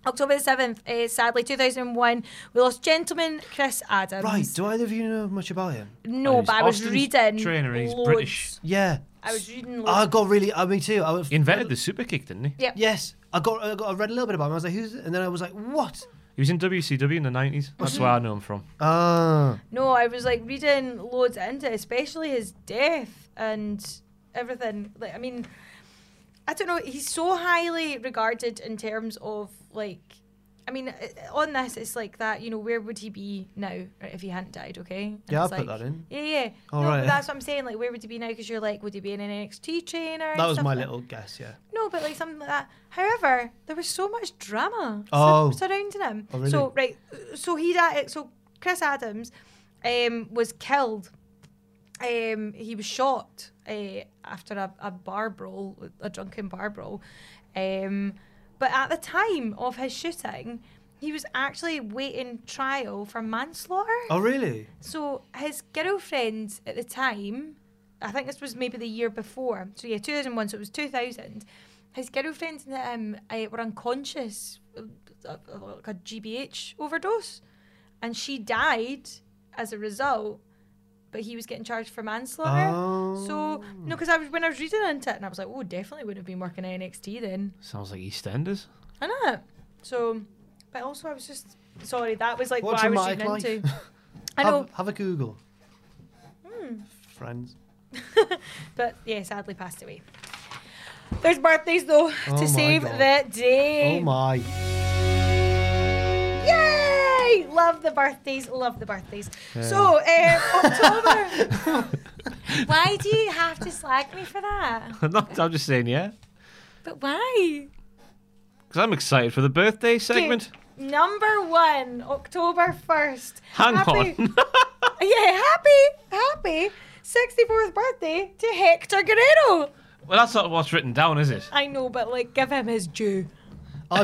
Speaker 1: October the 7th, uh, sadly, 2001, we lost gentleman Chris Adams.
Speaker 3: Right. Do either of you know much about him?
Speaker 1: No,
Speaker 2: He's
Speaker 1: but I was
Speaker 2: Austin's
Speaker 1: reading.
Speaker 2: trainer, he's
Speaker 1: loads.
Speaker 2: British.
Speaker 3: Yeah.
Speaker 1: I was reading. Loads.
Speaker 3: I got really. I mean, too. I was,
Speaker 2: He invented the super kick, didn't he?
Speaker 1: yeah.
Speaker 3: Yes. I got, I got. I read a little bit about him. I was like, who's? And then I was like, what?
Speaker 2: He was in WCW in the 90s. That's where I know him from.
Speaker 3: Ah.
Speaker 1: No, I was like reading loads into, it, especially his death and everything. Like, I mean, I don't know. He's so highly regarded in terms of like, I mean, uh, on this, it's like that. You know, where would he be now right, if he hadn't died? Okay. And
Speaker 3: Yeah,
Speaker 1: it's
Speaker 3: I'll put
Speaker 1: like-
Speaker 3: that in.
Speaker 1: Yeah, yeah.
Speaker 3: All
Speaker 1: no,
Speaker 3: right.
Speaker 1: but that's what I'm saying. Like, where would he be now? Because you're like, would he be in an NXT trainer? and
Speaker 3: That was
Speaker 1: stuff
Speaker 3: my
Speaker 1: like-
Speaker 3: little guess. Yeah.
Speaker 1: No, but like something like that. However, there was so much drama sur-
Speaker 3: Oh.
Speaker 1: surrounding him.
Speaker 3: Oh, really?
Speaker 1: So right, so he di- so Chris Adams um, was killed. Um, he was shot uh, after a, a bar brawl, a drunken bar brawl. Um, but at the time of his shooting, he was actually waiting trial for manslaughter.
Speaker 3: Oh really?
Speaker 1: So his girlfriend at the time, I think this was maybe the year before. So yeah, 2001. So it was 2000. His girlfriend and him uh, were unconscious, uh, uh, like a GBH overdose, and she died as a result. But he was getting charged for manslaughter. So
Speaker 3: Oh.
Speaker 1: no, because I was when I was reading into it, and I was like, oh, definitely wouldn't have been working at NXT then.
Speaker 2: Sounds like EastEnders. [LAUGHS]
Speaker 1: I know. So, but also I was just sorry. That was like
Speaker 3: What
Speaker 1: what,
Speaker 3: a
Speaker 1: I was reading
Speaker 3: dramatic
Speaker 1: into.
Speaker 3: life.
Speaker 1: I know. Hmm.
Speaker 3: Have, have a Google. Friends.
Speaker 1: But yeah, sadly passed away. There's birthdays though
Speaker 3: Oh my
Speaker 1: to save
Speaker 3: God.
Speaker 1: the day.
Speaker 3: Oh my.
Speaker 1: Yay! Love the birthdays. Love the birthdays. So um, October. [LAUGHS] why do you have to slag me for that?
Speaker 2: No, I'm just saying, yeah.
Speaker 1: But why?
Speaker 2: Because I'm excited for the birthday segment.
Speaker 1: Number one, October first.
Speaker 2: Hang
Speaker 1: happy,
Speaker 3: [LAUGHS]
Speaker 2: on.
Speaker 1: yeah, happy, happy. 64th birthday to Hector Guerrero.
Speaker 2: well, that's not what's written down, is it?
Speaker 1: I know, but like, give him his due.
Speaker 3: I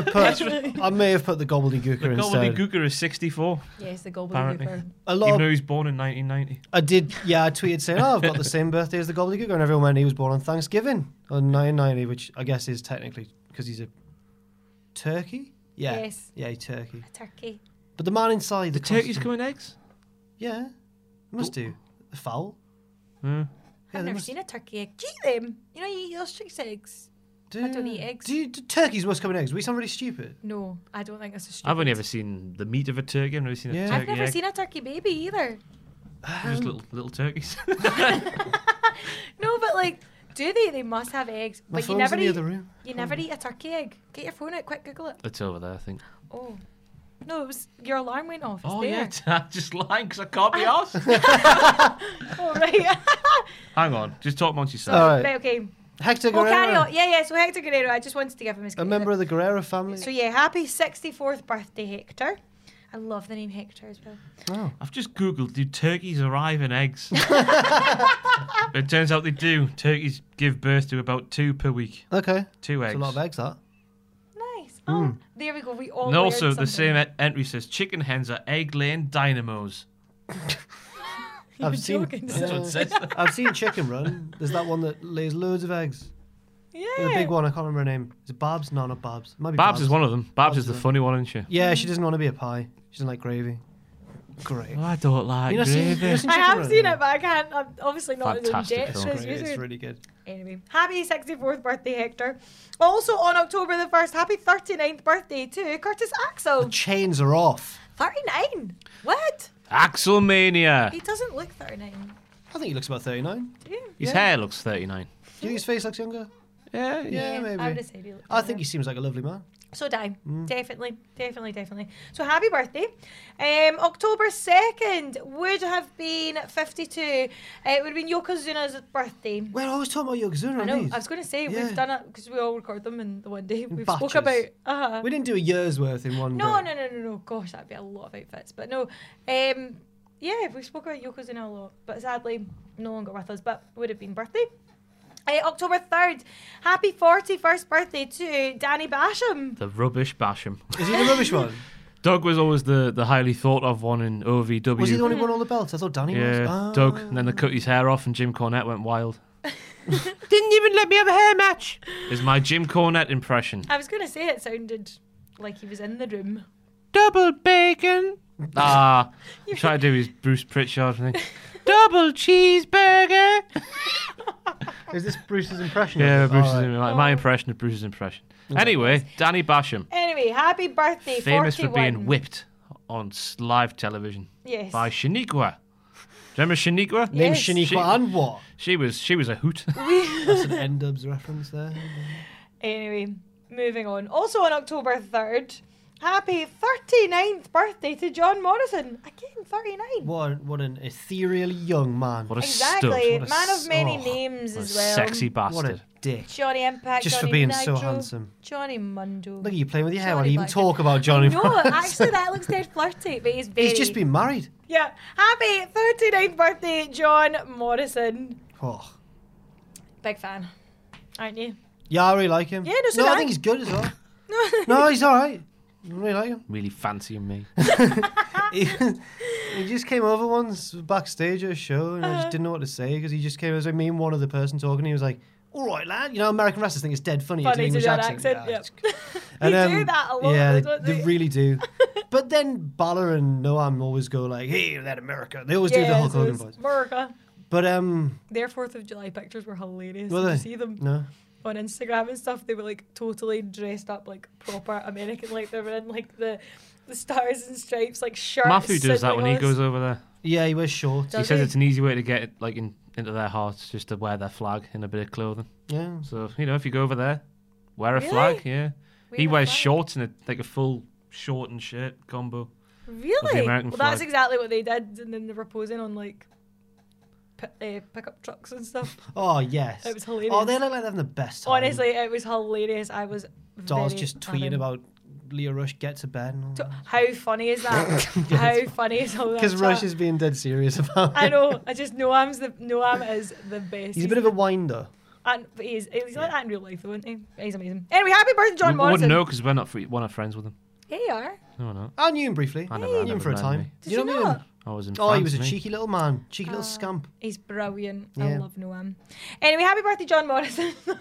Speaker 1: [LAUGHS]
Speaker 3: put. I may have put the gobbledygooker instead.
Speaker 2: Gobbledygooker is 64.
Speaker 1: Yes, the
Speaker 2: Apparently.
Speaker 1: gobbledygooker.
Speaker 3: A
Speaker 2: Even
Speaker 3: lot.
Speaker 2: though
Speaker 3: Of,
Speaker 2: he was born in 1990.
Speaker 3: I did. Yeah, I tweeted saying, "Oh, I've got the same birthday as the gobbledygooker," and everyone went, "He was born on Thanksgiving on 990," which I guess is technically because he's a turkey. Yeah.
Speaker 1: Yes.
Speaker 3: Yeah, turkey.
Speaker 1: Turkey.
Speaker 3: But the man inside
Speaker 2: The
Speaker 3: costume-
Speaker 2: turkeys come in Hmm. eggs?
Speaker 3: Yeah. Must do. The fowl.
Speaker 1: I've
Speaker 3: they
Speaker 1: never
Speaker 3: must-
Speaker 1: seen a turkey egg. Do you eat them? You know, you eat ostrich eggs.
Speaker 3: Do,
Speaker 1: don't eat eggs.
Speaker 3: Do, you, do turkeys must come in eggs? We sound really stupid.
Speaker 1: No, I don't think that's a stupid.
Speaker 2: I've only ever seen the meat of a turkey. I've never seen
Speaker 3: Yeah.
Speaker 2: a
Speaker 3: I've
Speaker 2: turkey
Speaker 1: I've never
Speaker 2: egg.
Speaker 1: seen Um, a turkey baby either. [LAUGHS]
Speaker 2: They're just little little [LAUGHS] turkeys.
Speaker 1: No, but like, do they? They must have eggs.
Speaker 3: My
Speaker 1: but you
Speaker 3: phone's
Speaker 1: never
Speaker 3: in
Speaker 1: eat.
Speaker 3: the other room.
Speaker 1: You never eat a turkey egg. Get your phone out quick. Google it.
Speaker 2: it's over there, I think.
Speaker 1: Oh, no, it was your alarm went off. It's
Speaker 2: Oh
Speaker 1: there.
Speaker 2: yeah,
Speaker 1: [LAUGHS]
Speaker 2: [LAUGHS] I'm just lying because I can't be [LAUGHS] asked.
Speaker 1: oh right. [LAUGHS]
Speaker 2: Hang on, just talk amongst yourselves.
Speaker 3: All right.
Speaker 1: right. Okay.
Speaker 3: Hector
Speaker 1: Oh,
Speaker 3: Guerrero.
Speaker 1: carry on. Yeah, yeah. So Hector Guerrero, I just wanted to give him his.
Speaker 3: A
Speaker 1: credit.
Speaker 3: member of the Guerrero family.
Speaker 1: So yeah, happy 64th birthday, Hector. I love the name Hector as well.
Speaker 2: I've just googled do turkeys arrive in [LAUGHS] eggs? it turns out they do. Turkeys give birth to about two per week.
Speaker 3: Okay.
Speaker 2: Two
Speaker 3: It's
Speaker 2: eggs.
Speaker 3: a lot of
Speaker 1: [LAUGHS]
Speaker 3: eggs, that.
Speaker 1: Nice.
Speaker 3: Hmm.
Speaker 1: Oh, there we go. We all.
Speaker 2: And also,
Speaker 1: learned
Speaker 2: the
Speaker 1: something.
Speaker 2: same e- entry says chicken hens are egg laying dynamos.
Speaker 3: I've seen,
Speaker 1: joking.
Speaker 2: That's
Speaker 1: [LAUGHS]
Speaker 3: Mm.
Speaker 2: what it says.
Speaker 3: I've seen Chicken Run. There's that one that lays loads of eggs.
Speaker 1: Yeah.
Speaker 3: The big one, I can't remember her name. Is it Babs? No, not Babs. It might be Babs,
Speaker 2: Babs is one of them. Babs is the funny one, isn't she?
Speaker 3: Yeah, she doesn't want to be a pie. She doesn't like gravy. Great.
Speaker 2: I don't like
Speaker 3: You know, seen, you
Speaker 2: Ah,
Speaker 3: know,
Speaker 2: gravy.
Speaker 3: seen
Speaker 1: I
Speaker 3: Chicken
Speaker 1: have
Speaker 3: Run?
Speaker 1: seen it, but I can't. I'm obviously not
Speaker 2: Fantastic
Speaker 1: in the
Speaker 2: film.
Speaker 1: depths.
Speaker 3: Great, It's really good.
Speaker 1: Anyway, happy 64th birthday, Hector. Also on October the 1st, happy 39th birthday to Curtis Axel.
Speaker 3: Chains are off.
Speaker 1: 39? What?
Speaker 2: Axelmania.
Speaker 1: He doesn't look 39.
Speaker 3: I think he looks about 39.
Speaker 1: Do you?
Speaker 2: His hair looks 39.
Speaker 3: Do you think his face looks younger?
Speaker 2: Yeah,
Speaker 3: Yeah,
Speaker 1: I would
Speaker 3: maybe.
Speaker 1: have said he looked
Speaker 3: I Mm. think he
Speaker 1: he's.
Speaker 3: seems like a lovely man.
Speaker 1: So did I. Definitely, definitely, definitely. So happy birthday. Um, October 2nd would have been 52. Uh, it would have been Yokozuna's birthday.
Speaker 3: We're always talking about Yokozuna.
Speaker 1: I know,
Speaker 3: these.
Speaker 1: I was going to say,
Speaker 3: Yeah.
Speaker 1: we've done it because we all record them in the one day. We've
Speaker 3: batches.
Speaker 1: spoke about. Uh,
Speaker 3: We didn't do a year's worth in one
Speaker 1: no,
Speaker 3: go.
Speaker 1: no, no, no, no. Gosh, that'd be a lot of outfits. But no, um, yeah, we spoke about Yokozuna a lot, but sadly, no longer with us. But would have been birthday. Uh, October 3rd, happy 41st birthday to Danny Basham.
Speaker 2: The rubbish Basham.
Speaker 3: Is he the rubbish
Speaker 2: [LAUGHS]
Speaker 3: one?
Speaker 2: Doug was always the, the highly thought of one in OVW.
Speaker 3: Was he the only one on the belt? I thought Danny
Speaker 2: yeah,
Speaker 3: was. Ah.
Speaker 2: Doug. And then they cut his hair off, and Jim Cornette went wild.
Speaker 3: Didn't even let me have a hair match.
Speaker 2: Is my Jim Cornette impression.
Speaker 1: I was going to say it sounded like he was in the room.
Speaker 2: Double bacon. Ah, I'm trying to do his Bruce Pritchard thing. Double cheeseburger.
Speaker 3: Is this Bruce's impression?
Speaker 2: Yeah,
Speaker 3: of it?
Speaker 2: Bruce's
Speaker 3: All right.
Speaker 2: my, my impression of Bruce's impression. Anyway, Danny Basham,
Speaker 1: Anyway, happy birthday,
Speaker 2: famous
Speaker 1: 41.
Speaker 2: for being whipped on s- live television
Speaker 1: Yes.
Speaker 2: by Shaniqua. Do you remember Shaniqua?
Speaker 3: Name
Speaker 1: Yes.
Speaker 3: Shaniqua
Speaker 2: She-
Speaker 3: and
Speaker 1: [LAUGHS]
Speaker 3: what?
Speaker 2: She was she was a hoot.
Speaker 3: That's an N Dubs reference there.
Speaker 1: Anyway, moving on. Also on October 3rd, happy 39th birthday to John Morrison. Again, 39.
Speaker 3: What, what an ethereal young man.
Speaker 2: What a
Speaker 1: Exactly.
Speaker 2: stud.
Speaker 3: a
Speaker 1: Man
Speaker 3: s-
Speaker 1: of many
Speaker 3: oh,
Speaker 1: names
Speaker 2: What a
Speaker 1: as well.
Speaker 2: sexy
Speaker 3: What
Speaker 2: bastard.
Speaker 3: a dick.
Speaker 1: Johnny Impact.
Speaker 3: Just for
Speaker 1: Johnny
Speaker 3: being so
Speaker 1: Nitro,
Speaker 3: handsome.
Speaker 1: Johnny Mundo.
Speaker 3: Look at you playing with your hair. Why do
Speaker 1: Johnny
Speaker 3: you even
Speaker 1: Blackman.
Speaker 3: talk about Johnny?
Speaker 1: no,
Speaker 3: [LAUGHS] Morrison?
Speaker 1: actually, that looks dead flirty, but he's very.
Speaker 3: He's just been married.
Speaker 1: Yeah. Happy 39th birthday, John Morrison.
Speaker 3: Oh.
Speaker 1: Big fan. Aren't you?
Speaker 3: Yeah, I really like him.
Speaker 1: Yeah, no, so
Speaker 3: no
Speaker 1: do
Speaker 3: I
Speaker 1: I.
Speaker 3: think he's good
Speaker 1: [LAUGHS]
Speaker 3: as well. no, he's all right. I really like him.
Speaker 2: Really
Speaker 1: [LAUGHS]
Speaker 2: fancying me.
Speaker 3: he, [LAUGHS] he just came over once backstage at a show, and I
Speaker 1: Uh-huh.
Speaker 3: just didn't know what to say because he just came. It was like me and one other person talking. He was like, "All right, lad, you know American wrestlers think it's dead funny.
Speaker 1: Funny
Speaker 3: it's
Speaker 1: to
Speaker 3: an English
Speaker 1: do an
Speaker 3: accent.
Speaker 1: accent,
Speaker 3: Yeah,
Speaker 1: yeah. [LAUGHS]
Speaker 3: it's- um,
Speaker 1: They do that a lot,
Speaker 3: Yeah,
Speaker 1: though,
Speaker 3: they,
Speaker 1: don't
Speaker 3: they
Speaker 1: they? [LAUGHS]
Speaker 3: really do. but then Balor and Noam always go like, "Hey, that America." They always do the Hulk
Speaker 1: so
Speaker 3: Hogan
Speaker 1: it's
Speaker 3: voice.
Speaker 1: America.
Speaker 3: But um,
Speaker 1: Their 4th of July pictures were hilarious.
Speaker 3: Were
Speaker 1: Did
Speaker 3: they?
Speaker 1: you see them?
Speaker 3: no.
Speaker 1: on Instagram and stuff, they were like totally dressed up like proper American, like they were in like the the stars and stripes like shirts.
Speaker 2: Matthew does
Speaker 1: and,
Speaker 2: that
Speaker 1: like,
Speaker 2: when
Speaker 1: all
Speaker 2: he
Speaker 1: this-
Speaker 2: goes over there.
Speaker 3: Yeah, he wears shorts.
Speaker 2: He
Speaker 1: Does
Speaker 2: says
Speaker 1: he?
Speaker 2: it's an easy way to get like in, into their hearts, just to wear their flag in a bit of clothing.
Speaker 3: Yeah.
Speaker 2: So you know, if you go over there, wear a flag. Yeah, he
Speaker 1: a
Speaker 2: wears
Speaker 1: flag?
Speaker 2: shorts and a, like a full short and shirt combo.
Speaker 1: Really?
Speaker 2: American
Speaker 1: well, that's
Speaker 2: flag.
Speaker 1: exactly what they did, and then they were posing on like pi- uh, pickup trucks and
Speaker 2: [LAUGHS]
Speaker 1: stuff.
Speaker 3: Oh yes.
Speaker 1: It was hilarious.
Speaker 3: Oh, they look like they're having the best time.
Speaker 1: Honestly, it was hilarious. I was.
Speaker 3: Dolls
Speaker 1: very
Speaker 3: just
Speaker 1: funny.
Speaker 3: tweeting about Leah Rush get to bed. and all that.
Speaker 1: How funny is
Speaker 3: [LAUGHS]
Speaker 1: that? [LAUGHS] How funny is all that?
Speaker 3: Because Rush
Speaker 1: chat?
Speaker 3: is being dead serious [LAUGHS] about it.
Speaker 1: I know. I just Noam's the Noam is the best.
Speaker 3: He's a bit of a winder.
Speaker 1: and, but he's, he's like that in real life, though, isn't he? He's amazing. Anyway, happy birthday, John
Speaker 2: we we
Speaker 1: Morrison.
Speaker 2: wouldn't know because we're not free, we're not friends with him.
Speaker 1: Here you are.
Speaker 2: No, we're not.
Speaker 3: I knew him briefly.
Speaker 2: I never-
Speaker 3: knew
Speaker 2: I
Speaker 3: him
Speaker 2: never
Speaker 3: for a
Speaker 2: met
Speaker 3: time.
Speaker 2: him.
Speaker 3: you
Speaker 1: you
Speaker 3: know him?
Speaker 1: not? Uh,
Speaker 2: I was in.
Speaker 3: Oh,
Speaker 2: France,
Speaker 3: he was a
Speaker 2: mate.
Speaker 3: cheeky little man, cheeky little scamp.
Speaker 1: He's brilliant.
Speaker 3: Yeah.
Speaker 1: I love Noam. Anyway, happy birthday, John Morrison. [LAUGHS] uh,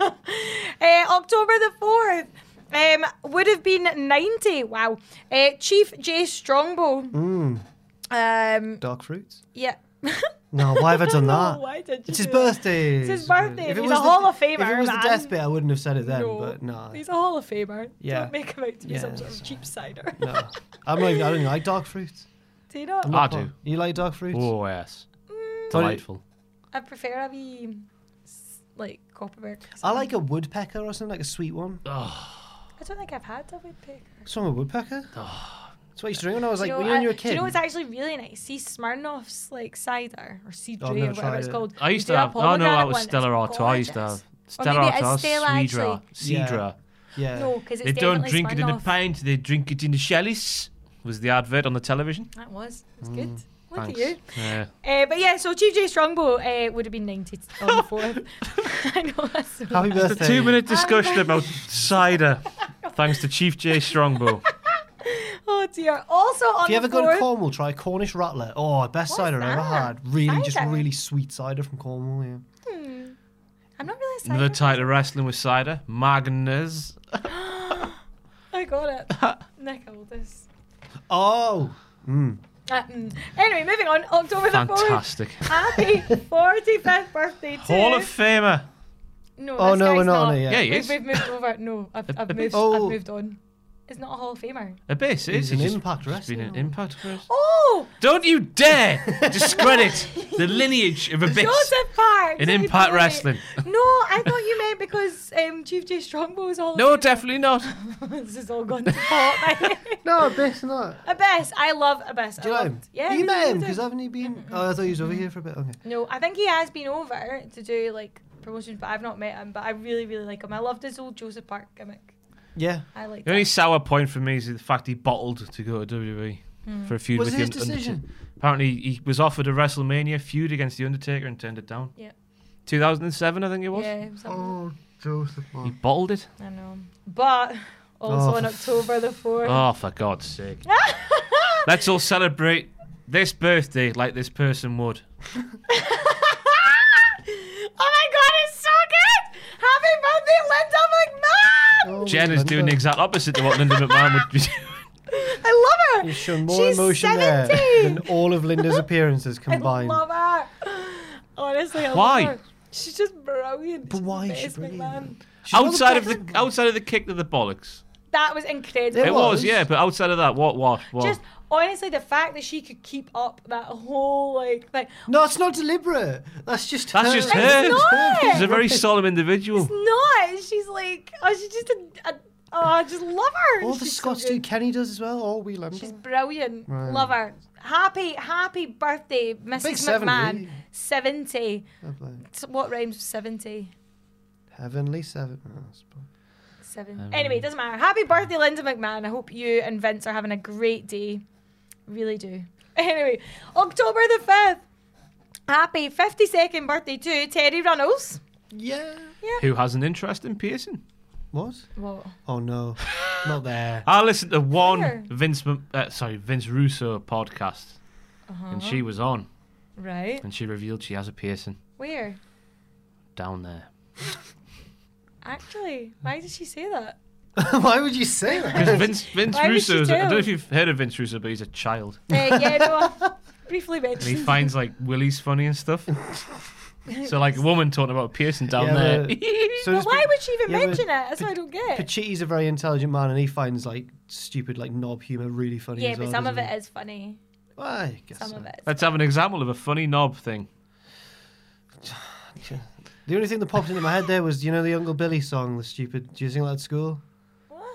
Speaker 1: October the 4th. Um, would have been 90. Wow. Uh, Chief Jay Strongbow.
Speaker 3: Mm.
Speaker 1: Um,
Speaker 3: Dark
Speaker 1: [LAUGHS]
Speaker 3: fruits.
Speaker 1: yeah.
Speaker 3: No, why have I done
Speaker 1: No, [LAUGHS]
Speaker 3: that?
Speaker 1: why did you
Speaker 3: it's his
Speaker 1: do that?
Speaker 3: birthday.
Speaker 1: It's his
Speaker 3: It's weird.
Speaker 1: birthday.
Speaker 3: If it
Speaker 1: He's
Speaker 3: was
Speaker 1: a Hall
Speaker 3: the-
Speaker 1: of Famer,
Speaker 3: If it was the
Speaker 1: man.
Speaker 3: death bit, I wouldn't have said it then.
Speaker 1: no.
Speaker 3: But no,
Speaker 1: He's a Hall of Famer.
Speaker 3: Yeah.
Speaker 1: Don't make him out to be
Speaker 3: Yeah,
Speaker 1: some sort of
Speaker 3: sorry.
Speaker 1: cheap cider.
Speaker 3: no. [LAUGHS] I'm not even, I don't like dark fruits.
Speaker 1: [LAUGHS] do you not?
Speaker 2: [LAUGHS]
Speaker 3: Ah.
Speaker 2: I do.
Speaker 3: You like dark fruits?
Speaker 2: Oh yes,
Speaker 1: Mm.
Speaker 3: Sorry.
Speaker 2: delightful.
Speaker 1: I prefer a wee, s- like, copperberg.
Speaker 3: I like a woodpecker or something, like a sweet one.
Speaker 1: I don't think I've had a woodpecker.
Speaker 3: Some
Speaker 2: [SIGHS]
Speaker 3: a woodpecker.
Speaker 2: Oh.
Speaker 3: That's what I used to drink when I was like
Speaker 1: you know,
Speaker 3: when you
Speaker 1: I-
Speaker 3: were a kid.
Speaker 1: Do you know what's actually really nice? See Smirnoff's like cider or sea
Speaker 3: I've
Speaker 1: dray or
Speaker 3: never
Speaker 1: whatever
Speaker 3: tried
Speaker 1: it's
Speaker 3: it.
Speaker 1: called.
Speaker 2: I
Speaker 1: You
Speaker 2: used
Speaker 1: do
Speaker 2: to have. Oh no,
Speaker 1: pomegranate
Speaker 2: that
Speaker 1: one,
Speaker 2: was
Speaker 1: it's
Speaker 2: Stella Artois. I used to
Speaker 1: gorgeous.
Speaker 2: have
Speaker 1: Or
Speaker 2: Stella
Speaker 1: maybe it's
Speaker 2: Artois,
Speaker 1: Stella,
Speaker 2: Swedra,
Speaker 1: actually.
Speaker 3: Yeah.
Speaker 2: Cedra.
Speaker 3: yeah.
Speaker 1: No, because it's
Speaker 2: They don't
Speaker 1: definitely
Speaker 2: drink it in a
Speaker 1: Smirnoff.
Speaker 2: pint. They drink it in a chalice. Was the advert on the television?
Speaker 1: That was. It was
Speaker 3: Mm.
Speaker 1: good. Look
Speaker 2: Thanks.
Speaker 1: at you.
Speaker 2: Yeah.
Speaker 1: Uh, but yeah, so Chief J Strongbow uh, would have been 90 on the 4th. [LAUGHS]
Speaker 3: [LAUGHS]
Speaker 1: I know that's so
Speaker 3: Happy
Speaker 2: The
Speaker 3: birthday.
Speaker 2: two minute discussion about cider, thanks to Chief J
Speaker 1: [LAUGHS]
Speaker 2: Strongbow.
Speaker 1: [LAUGHS] Oh dear. Also on
Speaker 3: If you ever
Speaker 1: the
Speaker 3: go
Speaker 1: 4th,
Speaker 3: to Cornwall, try Cornish Rattler. Oh, best cider I ever
Speaker 1: that?
Speaker 3: had. Really, just
Speaker 1: Cider?
Speaker 3: really sweet cider from Cornwall. Yeah.
Speaker 1: I'm not really a cider.
Speaker 2: Another type of wrestling with cider, Magnus.
Speaker 1: I got
Speaker 3: [LAUGHS]
Speaker 1: it. Nick, I will this.
Speaker 3: Oh,
Speaker 1: Uh, mm. Anyway, moving on. October [LAUGHS]
Speaker 2: Fantastic.
Speaker 1: the 4th. Happy 45th birthday to...
Speaker 2: Hall of Famer.
Speaker 1: No,
Speaker 3: oh
Speaker 1: this
Speaker 3: no,
Speaker 1: guy's
Speaker 3: we're not on it
Speaker 2: Yeah,
Speaker 3: yet.
Speaker 2: he
Speaker 1: We've,
Speaker 2: is.
Speaker 1: we've moved over. No, I've, I've moved.
Speaker 3: Oh.
Speaker 1: I've moved on. is not a Hall of Famer.
Speaker 2: Abyss is
Speaker 3: He's an
Speaker 2: he's just-
Speaker 3: impact
Speaker 2: just been an
Speaker 3: wrestler.
Speaker 2: impact wrestler.
Speaker 1: Oh,
Speaker 2: Don't you dare discredit the lineage of Abyss.
Speaker 1: Joseph Parks.
Speaker 2: In
Speaker 1: I
Speaker 2: Impact
Speaker 1: thought it-
Speaker 2: Wrestling.
Speaker 1: No, I thought you meant because um, Chief J Strongbow was Hall of
Speaker 2: No,
Speaker 1: Famer.
Speaker 2: definitely not.
Speaker 1: this [LAUGHS] is all gone to pot. [LAUGHS] mate.
Speaker 3: No, Abyss, not.
Speaker 1: Abyss, I love Abyss.
Speaker 3: Do you
Speaker 1: I
Speaker 3: know
Speaker 1: loved-
Speaker 3: him?
Speaker 1: [LAUGHS] Yeah,
Speaker 3: you
Speaker 1: he's
Speaker 3: met him
Speaker 1: amazing.
Speaker 3: because haven't you been? Oh, I thought he was over here for a bit. Okay.
Speaker 1: No, I think he has been over to do like promotions, but I've not met him. But I really, really like him. I loved his old Joseph Park gimmick.
Speaker 3: Yeah.
Speaker 1: I like
Speaker 2: The only
Speaker 1: that.
Speaker 2: sour point for me is the fact he bottled to go to WWE
Speaker 1: Hmm.
Speaker 2: for a feud
Speaker 3: Was
Speaker 2: with
Speaker 3: it
Speaker 2: the
Speaker 3: his
Speaker 2: Un- Undertaker.
Speaker 3: decision?
Speaker 2: Apparently, he was offered a WrestleMania feud against the Undertaker and turned it down.
Speaker 1: Yeah.
Speaker 2: 2007, I think it was.
Speaker 1: Yeah, it was up-
Speaker 3: Oh, Joseph.
Speaker 2: He bottled it.
Speaker 1: I know. But also
Speaker 3: Oh,
Speaker 1: on
Speaker 3: for
Speaker 1: October the fourth.
Speaker 2: Oh, for
Speaker 1: [LAUGHS]
Speaker 2: God's sake! Let's all celebrate this birthday like this person would.
Speaker 1: [LAUGHS] oh my god, it's so good! Happy birthday, Linda McMahon!
Speaker 2: Jen is doing the exact opposite to what Linda McMahon would be
Speaker 3: [LAUGHS]
Speaker 2: doing.
Speaker 1: [LAUGHS] I love her.
Speaker 3: You've shown Oh. more
Speaker 1: She's
Speaker 3: emotion
Speaker 1: 17.
Speaker 3: there [LAUGHS] than all
Speaker 1: [LAUGHS]
Speaker 3: of Linda's appearances
Speaker 1: I
Speaker 3: combined.
Speaker 1: love her. Honestly, I
Speaker 2: Why?
Speaker 1: love her. She's just brilliant.
Speaker 3: But
Speaker 1: She's
Speaker 3: why
Speaker 1: the
Speaker 3: is she
Speaker 1: best
Speaker 3: brilliant?
Speaker 1: McMahon.
Speaker 3: She's not
Speaker 2: outside of the
Speaker 3: best-
Speaker 2: outside of the kick to the bollocks.
Speaker 1: That was incredible.
Speaker 3: It
Speaker 2: It was,
Speaker 3: was.
Speaker 2: yeah, but outside of that, what, what, what?
Speaker 1: Just honestly, the fact that she could keep up that whole like thing.
Speaker 3: No, it's not deliberate. That's just.
Speaker 2: That's
Speaker 3: her.
Speaker 2: just her.
Speaker 1: not.
Speaker 2: She's a very solemn individual.
Speaker 1: No, she's like, oh, she's just a, a oh, I just love her.
Speaker 3: All the
Speaker 1: She's so
Speaker 3: Scots
Speaker 1: good.
Speaker 3: do. Kenny does as well. All we Linda.
Speaker 1: She's brilliant. Love her. Happy, happy birthday, Mrs.
Speaker 3: Big
Speaker 1: McMahon.
Speaker 3: 70.
Speaker 1: 70.
Speaker 3: Lovely.
Speaker 1: S- What rhymes with 70?
Speaker 3: Heavenly seven. oh, that's fine.
Speaker 1: Seven. Anyway, it doesn't matter. Happy birthday, Linda McMahon. I hope you and Vince are having a great day. Really do. [LAUGHS] Anyway, October the 5th. Happy 52nd birthday to Terry Runnels.
Speaker 3: Yeah.
Speaker 2: Who has an interest in piercing?
Speaker 3: What?
Speaker 1: Whoa.
Speaker 3: Oh no,
Speaker 1: [LAUGHS]
Speaker 3: not there.
Speaker 2: I listened to one
Speaker 1: Where?
Speaker 2: Vince, Mc- uh, sorry, Vince Russo podcast,
Speaker 1: Uh-huh.
Speaker 2: and she was on,
Speaker 1: Right.
Speaker 2: and she revealed she has a piercing
Speaker 1: Where?
Speaker 2: down there.
Speaker 1: Actually, why did she say that?
Speaker 3: Why would you say that?
Speaker 2: Because Vince, Vince
Speaker 1: Why would she
Speaker 2: Russo, is- I don't
Speaker 1: tell?
Speaker 2: know if you've heard of Vince Russo, but he's a child,
Speaker 1: Uh, yeah, no, I briefly
Speaker 2: and
Speaker 1: [LAUGHS]
Speaker 2: he
Speaker 1: mentioned.
Speaker 2: finds like Willie's funny
Speaker 1: [LAUGHS]
Speaker 2: and stuff. so like a woman talking about piercing down
Speaker 3: Yeah,
Speaker 2: there.
Speaker 3: but- So
Speaker 1: But
Speaker 3: it's
Speaker 1: why
Speaker 3: P-
Speaker 1: would she even
Speaker 3: yeah, but
Speaker 1: mention it? That's what I don't get.
Speaker 3: Pachiti's a very intelligent man, and he finds like stupid, like knob humor really funny.
Speaker 1: Yeah,
Speaker 3: as
Speaker 1: but
Speaker 3: well,
Speaker 1: some of
Speaker 3: doesn't
Speaker 1: it is funny.
Speaker 3: he? Well, I guess
Speaker 1: Some
Speaker 3: so.
Speaker 1: of it.
Speaker 2: Let's have an example of a funny knob thing.
Speaker 3: The only thing that popped into my head there was, you know, the Uncle Billy song, the stupid. Do you sing that at school?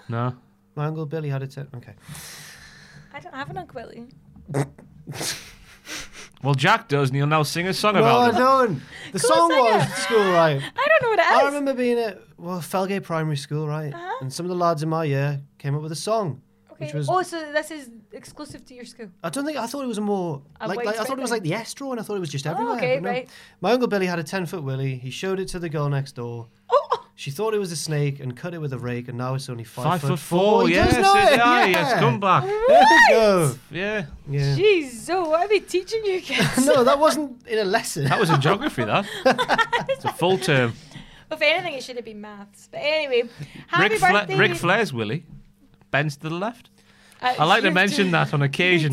Speaker 2: No,
Speaker 3: My Uncle Billy had a tit. Okay.
Speaker 1: I don't have an Uncle Willie.
Speaker 2: well Jack does, and he'll now sing a song
Speaker 3: No, I
Speaker 2: about it.
Speaker 3: don't. The song
Speaker 1: sing
Speaker 3: was
Speaker 1: it.
Speaker 3: at
Speaker 1: [LAUGHS]
Speaker 3: school, right?
Speaker 1: I don't know what it is.
Speaker 3: I remember being at well Felgate Primary School, right?
Speaker 1: Uh-huh.
Speaker 3: And some of the lads in my year came up with a song,
Speaker 1: okay.
Speaker 3: which was
Speaker 1: Oh, so this is exclusive to your
Speaker 2: [LAUGHS]
Speaker 1: school.
Speaker 3: I don't think I thought it was a more
Speaker 1: A
Speaker 3: like,
Speaker 1: way
Speaker 3: like
Speaker 1: to Oh,
Speaker 3: I thought it was like the estro, and I thought it was just everywhere.
Speaker 1: okay,
Speaker 3: but no.
Speaker 1: right.
Speaker 3: My uncle Billy had a ten foot willy. He showed it to the girl next door.
Speaker 1: Oh,
Speaker 3: She thought it was a snake and cut it with a rake, and now it's only
Speaker 2: Five
Speaker 3: five,
Speaker 2: foot four,
Speaker 3: He
Speaker 2: yes,
Speaker 3: does know
Speaker 2: it-
Speaker 3: [LAUGHS] it,
Speaker 2: ah,
Speaker 3: yeah.
Speaker 2: yes, come back,
Speaker 3: There we go.
Speaker 2: yeah.
Speaker 3: Yeah.
Speaker 1: jeez, so what are we teaching you
Speaker 2: [LAUGHS]
Speaker 1: kids?
Speaker 3: [LAUGHS] No, that wasn't in a lesson.
Speaker 2: That was in geography, that. it's a full term.
Speaker 1: if anything, it should have been maths. But anyway, happy
Speaker 2: Rick, Fla-
Speaker 1: birthday.
Speaker 2: Rick Flair's Willie bends to the left.
Speaker 1: Uh,
Speaker 2: I like to
Speaker 1: you
Speaker 2: mention
Speaker 1: do-
Speaker 2: that on occasion.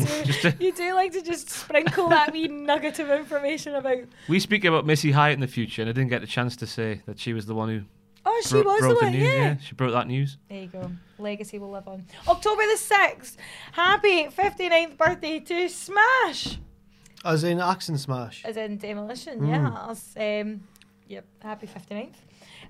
Speaker 1: [LAUGHS] You do,
Speaker 2: Just to,
Speaker 1: [LAUGHS] you do like to just sprinkle that
Speaker 2: [LAUGHS]
Speaker 1: wee nugget of information about.
Speaker 2: we speak about Missy Hyatt in the future, and I didn't get the chance to say that she was the one who
Speaker 1: Oh, she
Speaker 2: bro-
Speaker 1: was the
Speaker 2: broke the
Speaker 1: one,
Speaker 2: news.
Speaker 1: yeah.
Speaker 2: she broke that news.
Speaker 1: There you go. Legacy will live on. October the 6th. Happy 59th birthday to Smash.
Speaker 3: As in Accent Smash.
Speaker 1: As in Demolition, yes. Um, yep, happy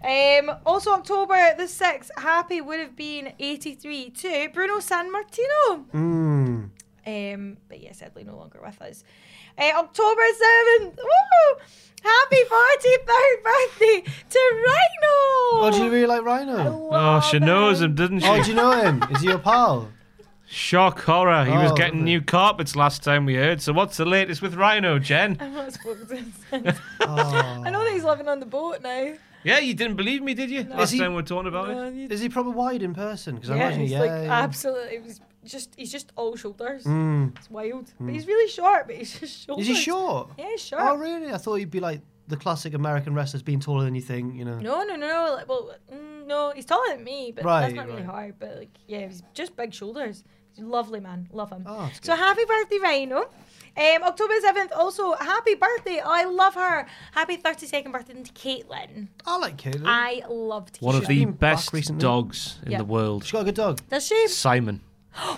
Speaker 1: 59th. Um, also, October the 6th, happy would have been 83 to Bruno San Martino.
Speaker 3: Mm.
Speaker 1: Um, but yeah, sadly, no longer with us. Uh, October 7th, woo! Happy 43rd birthday to Rhino!
Speaker 3: Oh,
Speaker 1: [LAUGHS]
Speaker 3: do you really like Rhino?
Speaker 2: Oh, she knows
Speaker 1: him.
Speaker 2: him, doesn't she?
Speaker 3: Oh, do you
Speaker 1: [LAUGHS]
Speaker 3: know him? Is he your pal?
Speaker 2: Shock horror. He was
Speaker 3: Oh,
Speaker 2: getting
Speaker 3: lovely.
Speaker 2: new carpets last time we heard. So what's the latest with Rhino, Jen?
Speaker 1: I've not spoken to him since. I know that he's living on the boat now.
Speaker 2: Yeah, you didn't believe me, did you?
Speaker 3: Is
Speaker 2: Last
Speaker 3: he-
Speaker 2: time we were talking about
Speaker 1: Oh,
Speaker 2: it.
Speaker 1: and you-
Speaker 3: Is he probably wide in person? Because I
Speaker 1: yeah,
Speaker 3: imagine,
Speaker 1: he's
Speaker 3: yeah.
Speaker 1: like
Speaker 3: yeah.
Speaker 1: absolutely. He's just he's just all shoulders.
Speaker 3: Mm.
Speaker 1: It's wild. But he's really short, but he's [LAUGHS] just shoulders.
Speaker 3: Is he short?
Speaker 1: Yeah, he's short.
Speaker 3: Oh, really? I thought he'd be like the classic American wrestlers, being taller than you think. You know.
Speaker 1: No, no, no, no. Like, well, mm, no, he's taller than me, but that's
Speaker 3: Right,
Speaker 1: not really
Speaker 3: right.
Speaker 1: hard. But like, yeah, he's just big shoulders. Lovely man. Love him.
Speaker 3: Oh, that's
Speaker 1: so happy birthday, Rhino. Um, October 7th, also happy birthday. I love her. Happy 32nd birthday to Caitlin.
Speaker 3: I like Caitlin.
Speaker 1: I loved
Speaker 2: One
Speaker 1: Caitlin.
Speaker 2: of the
Speaker 3: been back
Speaker 2: best
Speaker 3: recently.
Speaker 2: dogs in
Speaker 1: Yeah.
Speaker 2: the world.
Speaker 3: She got a good dog.
Speaker 1: Does she?
Speaker 2: Simon.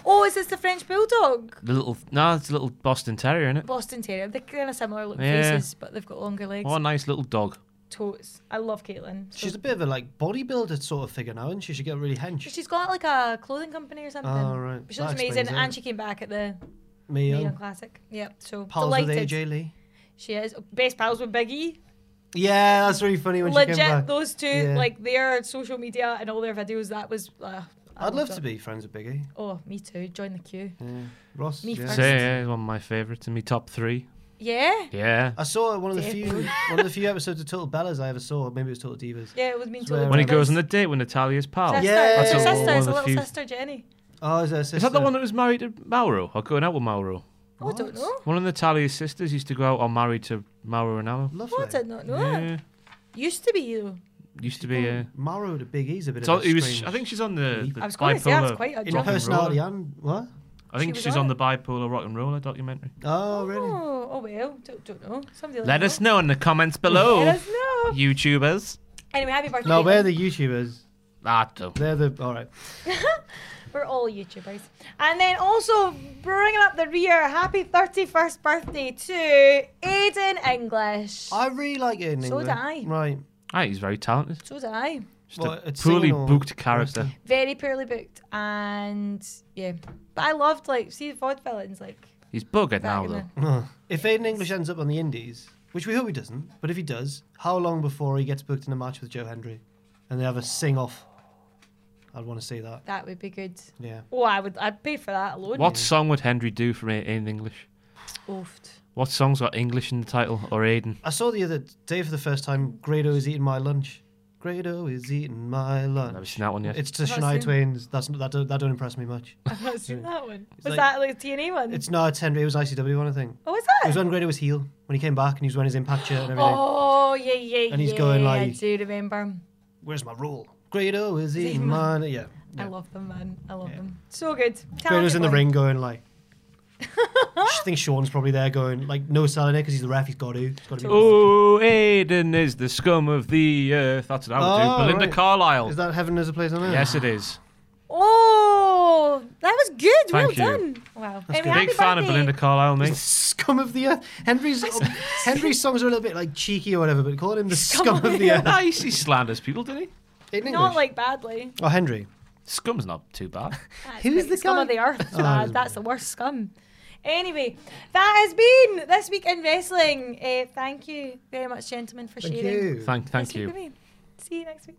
Speaker 1: Oh, is this the French Bulldog?
Speaker 2: The little no, it's a little Boston Terrier, isn't it?
Speaker 1: Boston Terrier. They're kind of similar looking
Speaker 2: Yeah.
Speaker 1: faces, but they've got longer legs.
Speaker 2: What a nice little dog.
Speaker 1: Totes. I love Caitlin. So-
Speaker 3: She's a bit of a like bodybuilder sort of figure now, and she should get really hench.
Speaker 1: She's got like a clothing company or something.
Speaker 3: Oh, right.
Speaker 1: But she looks
Speaker 3: That
Speaker 1: amazing,
Speaker 3: explains it.
Speaker 1: and she came back at the
Speaker 3: Me
Speaker 1: Neon
Speaker 3: Young.
Speaker 1: Classic. Yep. So
Speaker 3: Pals with
Speaker 1: delighted.
Speaker 3: AJ Lee.
Speaker 1: She is Oh, best pals with Biggie.
Speaker 3: Yeah, that's really funny when she came
Speaker 1: Legit,
Speaker 3: back.
Speaker 1: those two,
Speaker 3: Yeah.
Speaker 1: like their social media and all their videos. That was. Uh, I
Speaker 3: I'd love
Speaker 1: loved
Speaker 3: to
Speaker 1: it.
Speaker 3: be friends with Biggie.
Speaker 1: Oh, me too. Join the queue.
Speaker 3: Ross.
Speaker 1: Me
Speaker 3: yeah.
Speaker 1: first.
Speaker 2: So, yeah, he's one of my favourites in my top three.
Speaker 1: Yeah.
Speaker 2: Yeah.
Speaker 3: I saw one of the few
Speaker 1: Definitely.
Speaker 3: one of the few episodes of Total Bellas I ever saw. Maybe it was Total Divas.
Speaker 1: Yeah, it was mean to
Speaker 3: When
Speaker 2: When he
Speaker 3: Brothers.
Speaker 2: goes on the date with Natalia's pal.
Speaker 1: Sister.
Speaker 3: Yeah.
Speaker 1: It's her
Speaker 3: That's
Speaker 2: all
Speaker 1: sister. It's
Speaker 2: one of
Speaker 1: a
Speaker 2: the
Speaker 1: little
Speaker 2: few-
Speaker 1: sister, Jenny.
Speaker 3: Oh, is that a sister?
Speaker 2: Is that the
Speaker 1: uh,
Speaker 2: one that was married to Mauro or going out with Mauro?
Speaker 1: Oh, I don't know.
Speaker 2: One of Natalia's sisters used to go out or married to Mauro and Allo.
Speaker 3: Lovely.
Speaker 1: What? I did not know
Speaker 2: Yeah.
Speaker 1: that. Used to be you.
Speaker 2: Used to be a.
Speaker 3: Morrow to Big E's a bit
Speaker 2: So
Speaker 3: of a
Speaker 2: he was.
Speaker 3: strange-
Speaker 2: I think she's on the. the
Speaker 1: I was going to say that's
Speaker 2: bipolar-
Speaker 1: quite a
Speaker 3: in
Speaker 1: jump.
Speaker 3: personality and what?
Speaker 2: I think
Speaker 1: She was
Speaker 2: she's
Speaker 1: on
Speaker 2: on the
Speaker 1: it.
Speaker 2: bipolar rock and roller documentary.
Speaker 3: Oh, really?
Speaker 1: Oh, oh well. Don't, don't know. Somebody
Speaker 2: Let us know in the comments below,
Speaker 1: Let us know.
Speaker 2: YouTubers.
Speaker 1: Anyway, happy birthday.
Speaker 3: No,
Speaker 1: Caitlin.
Speaker 3: they're the YouTubers.
Speaker 2: Ah, don't.
Speaker 3: They're the all right.
Speaker 1: We're all YouTubers. And then also bringing up the rear, happy 31st birthday to Aiden English.
Speaker 3: I really like it in
Speaker 1: So
Speaker 3: England.
Speaker 1: do I.
Speaker 3: Right.
Speaker 2: Ah, he's very talented.
Speaker 1: so did I.
Speaker 2: Just
Speaker 3: Well,
Speaker 2: a
Speaker 3: it's
Speaker 2: poorly
Speaker 3: singing or-
Speaker 2: booked character.
Speaker 1: Very poorly booked. And yeah. But I loved, like, see the Vaude villains, like,
Speaker 2: He's buggered now
Speaker 1: back in
Speaker 2: though.
Speaker 3: [LAUGHS]
Speaker 1: the-
Speaker 3: If Aiden English ends up on the Indies, which we hope he doesn't, but if he does, how long before he gets booked in a match with Joe Hendry, and they have a sing-off? I'd want to see that.
Speaker 1: that would be good.
Speaker 3: Yeah.
Speaker 1: Oh, I would, I'd pay for that alone.
Speaker 2: What song would Henry do for A- in English?
Speaker 1: Oofed. [LAUGHS]
Speaker 2: What song's got English in the title or Aiden?
Speaker 3: I saw the other day for the first time. Grado is eating my lunch. Grado is eating my lunch.
Speaker 2: Never seen that one yet.
Speaker 3: It's to
Speaker 1: I've not
Speaker 3: Shania
Speaker 1: seen-
Speaker 3: Twain's. That's that. Don't, that don't impress
Speaker 2: [LAUGHS]
Speaker 3: me much.
Speaker 1: I've not seen that one. Was
Speaker 3: like-
Speaker 1: that like TNA one?
Speaker 3: It's not it's Henry. It was ICW one, I think.
Speaker 1: oh, was
Speaker 3: It was
Speaker 1: that?
Speaker 3: when Grado was heel when he came back and he was wearing his impact shirt and everything.
Speaker 1: Oh, yeah, yeah,
Speaker 3: And he's
Speaker 1: yeah.
Speaker 3: going
Speaker 1: I
Speaker 3: like-
Speaker 1: do remember.
Speaker 3: Where's my rule? Grado is eating my yeah.
Speaker 1: I love them, man. I love them. So good.
Speaker 3: Grado's
Speaker 1: Talented
Speaker 3: in the
Speaker 1: boy.
Speaker 3: ring
Speaker 1: [LAUGHS]
Speaker 3: going like. I think Sean's probably there going like no selling it because he's the ref. He's got to. He's got to be.
Speaker 2: Oh, Aiden is the scum of the earth. That's what I would
Speaker 3: Oh,
Speaker 2: do. Belinda
Speaker 3: right.
Speaker 2: Carlisle.
Speaker 3: Is that heaven as a place on
Speaker 2: [LAUGHS]
Speaker 3: earth?
Speaker 2: yes, it is.
Speaker 1: Oh, that was good. well
Speaker 2: Thank you.
Speaker 1: done. Wow. Anyway, [LAUGHS] happy
Speaker 2: Big fan of
Speaker 1: birthday.
Speaker 2: Belinda Carlisle,
Speaker 3: The
Speaker 2: mate.
Speaker 3: [LAUGHS] scum of the earth. Henry's Henry's songs are a little bit like cheeky or whatever, but calling him the scum, of [LAUGHS] the
Speaker 2: [LAUGHS]
Speaker 3: earth.
Speaker 2: Ah, he, he slanders people, doesn't he?
Speaker 3: In
Speaker 1: Not
Speaker 3: English.
Speaker 1: like badly.
Speaker 3: oh, Henry.
Speaker 2: Scum's not
Speaker 1: [LAUGHS]
Speaker 2: too bad.
Speaker 1: That's
Speaker 3: Who's
Speaker 1: like
Speaker 3: the
Speaker 1: scum
Speaker 3: guy?
Speaker 1: of the earth?
Speaker 3: Oh,
Speaker 1: Nah,
Speaker 3: I-
Speaker 1: that's the worst scum. Anyway, that has been this week in wrestling. Uh, thank you very much, gentlemen, for
Speaker 3: Thank
Speaker 1: sharing.
Speaker 3: you.
Speaker 2: thank
Speaker 1: this
Speaker 2: thank
Speaker 1: week
Speaker 2: you.
Speaker 1: with me. See you next week.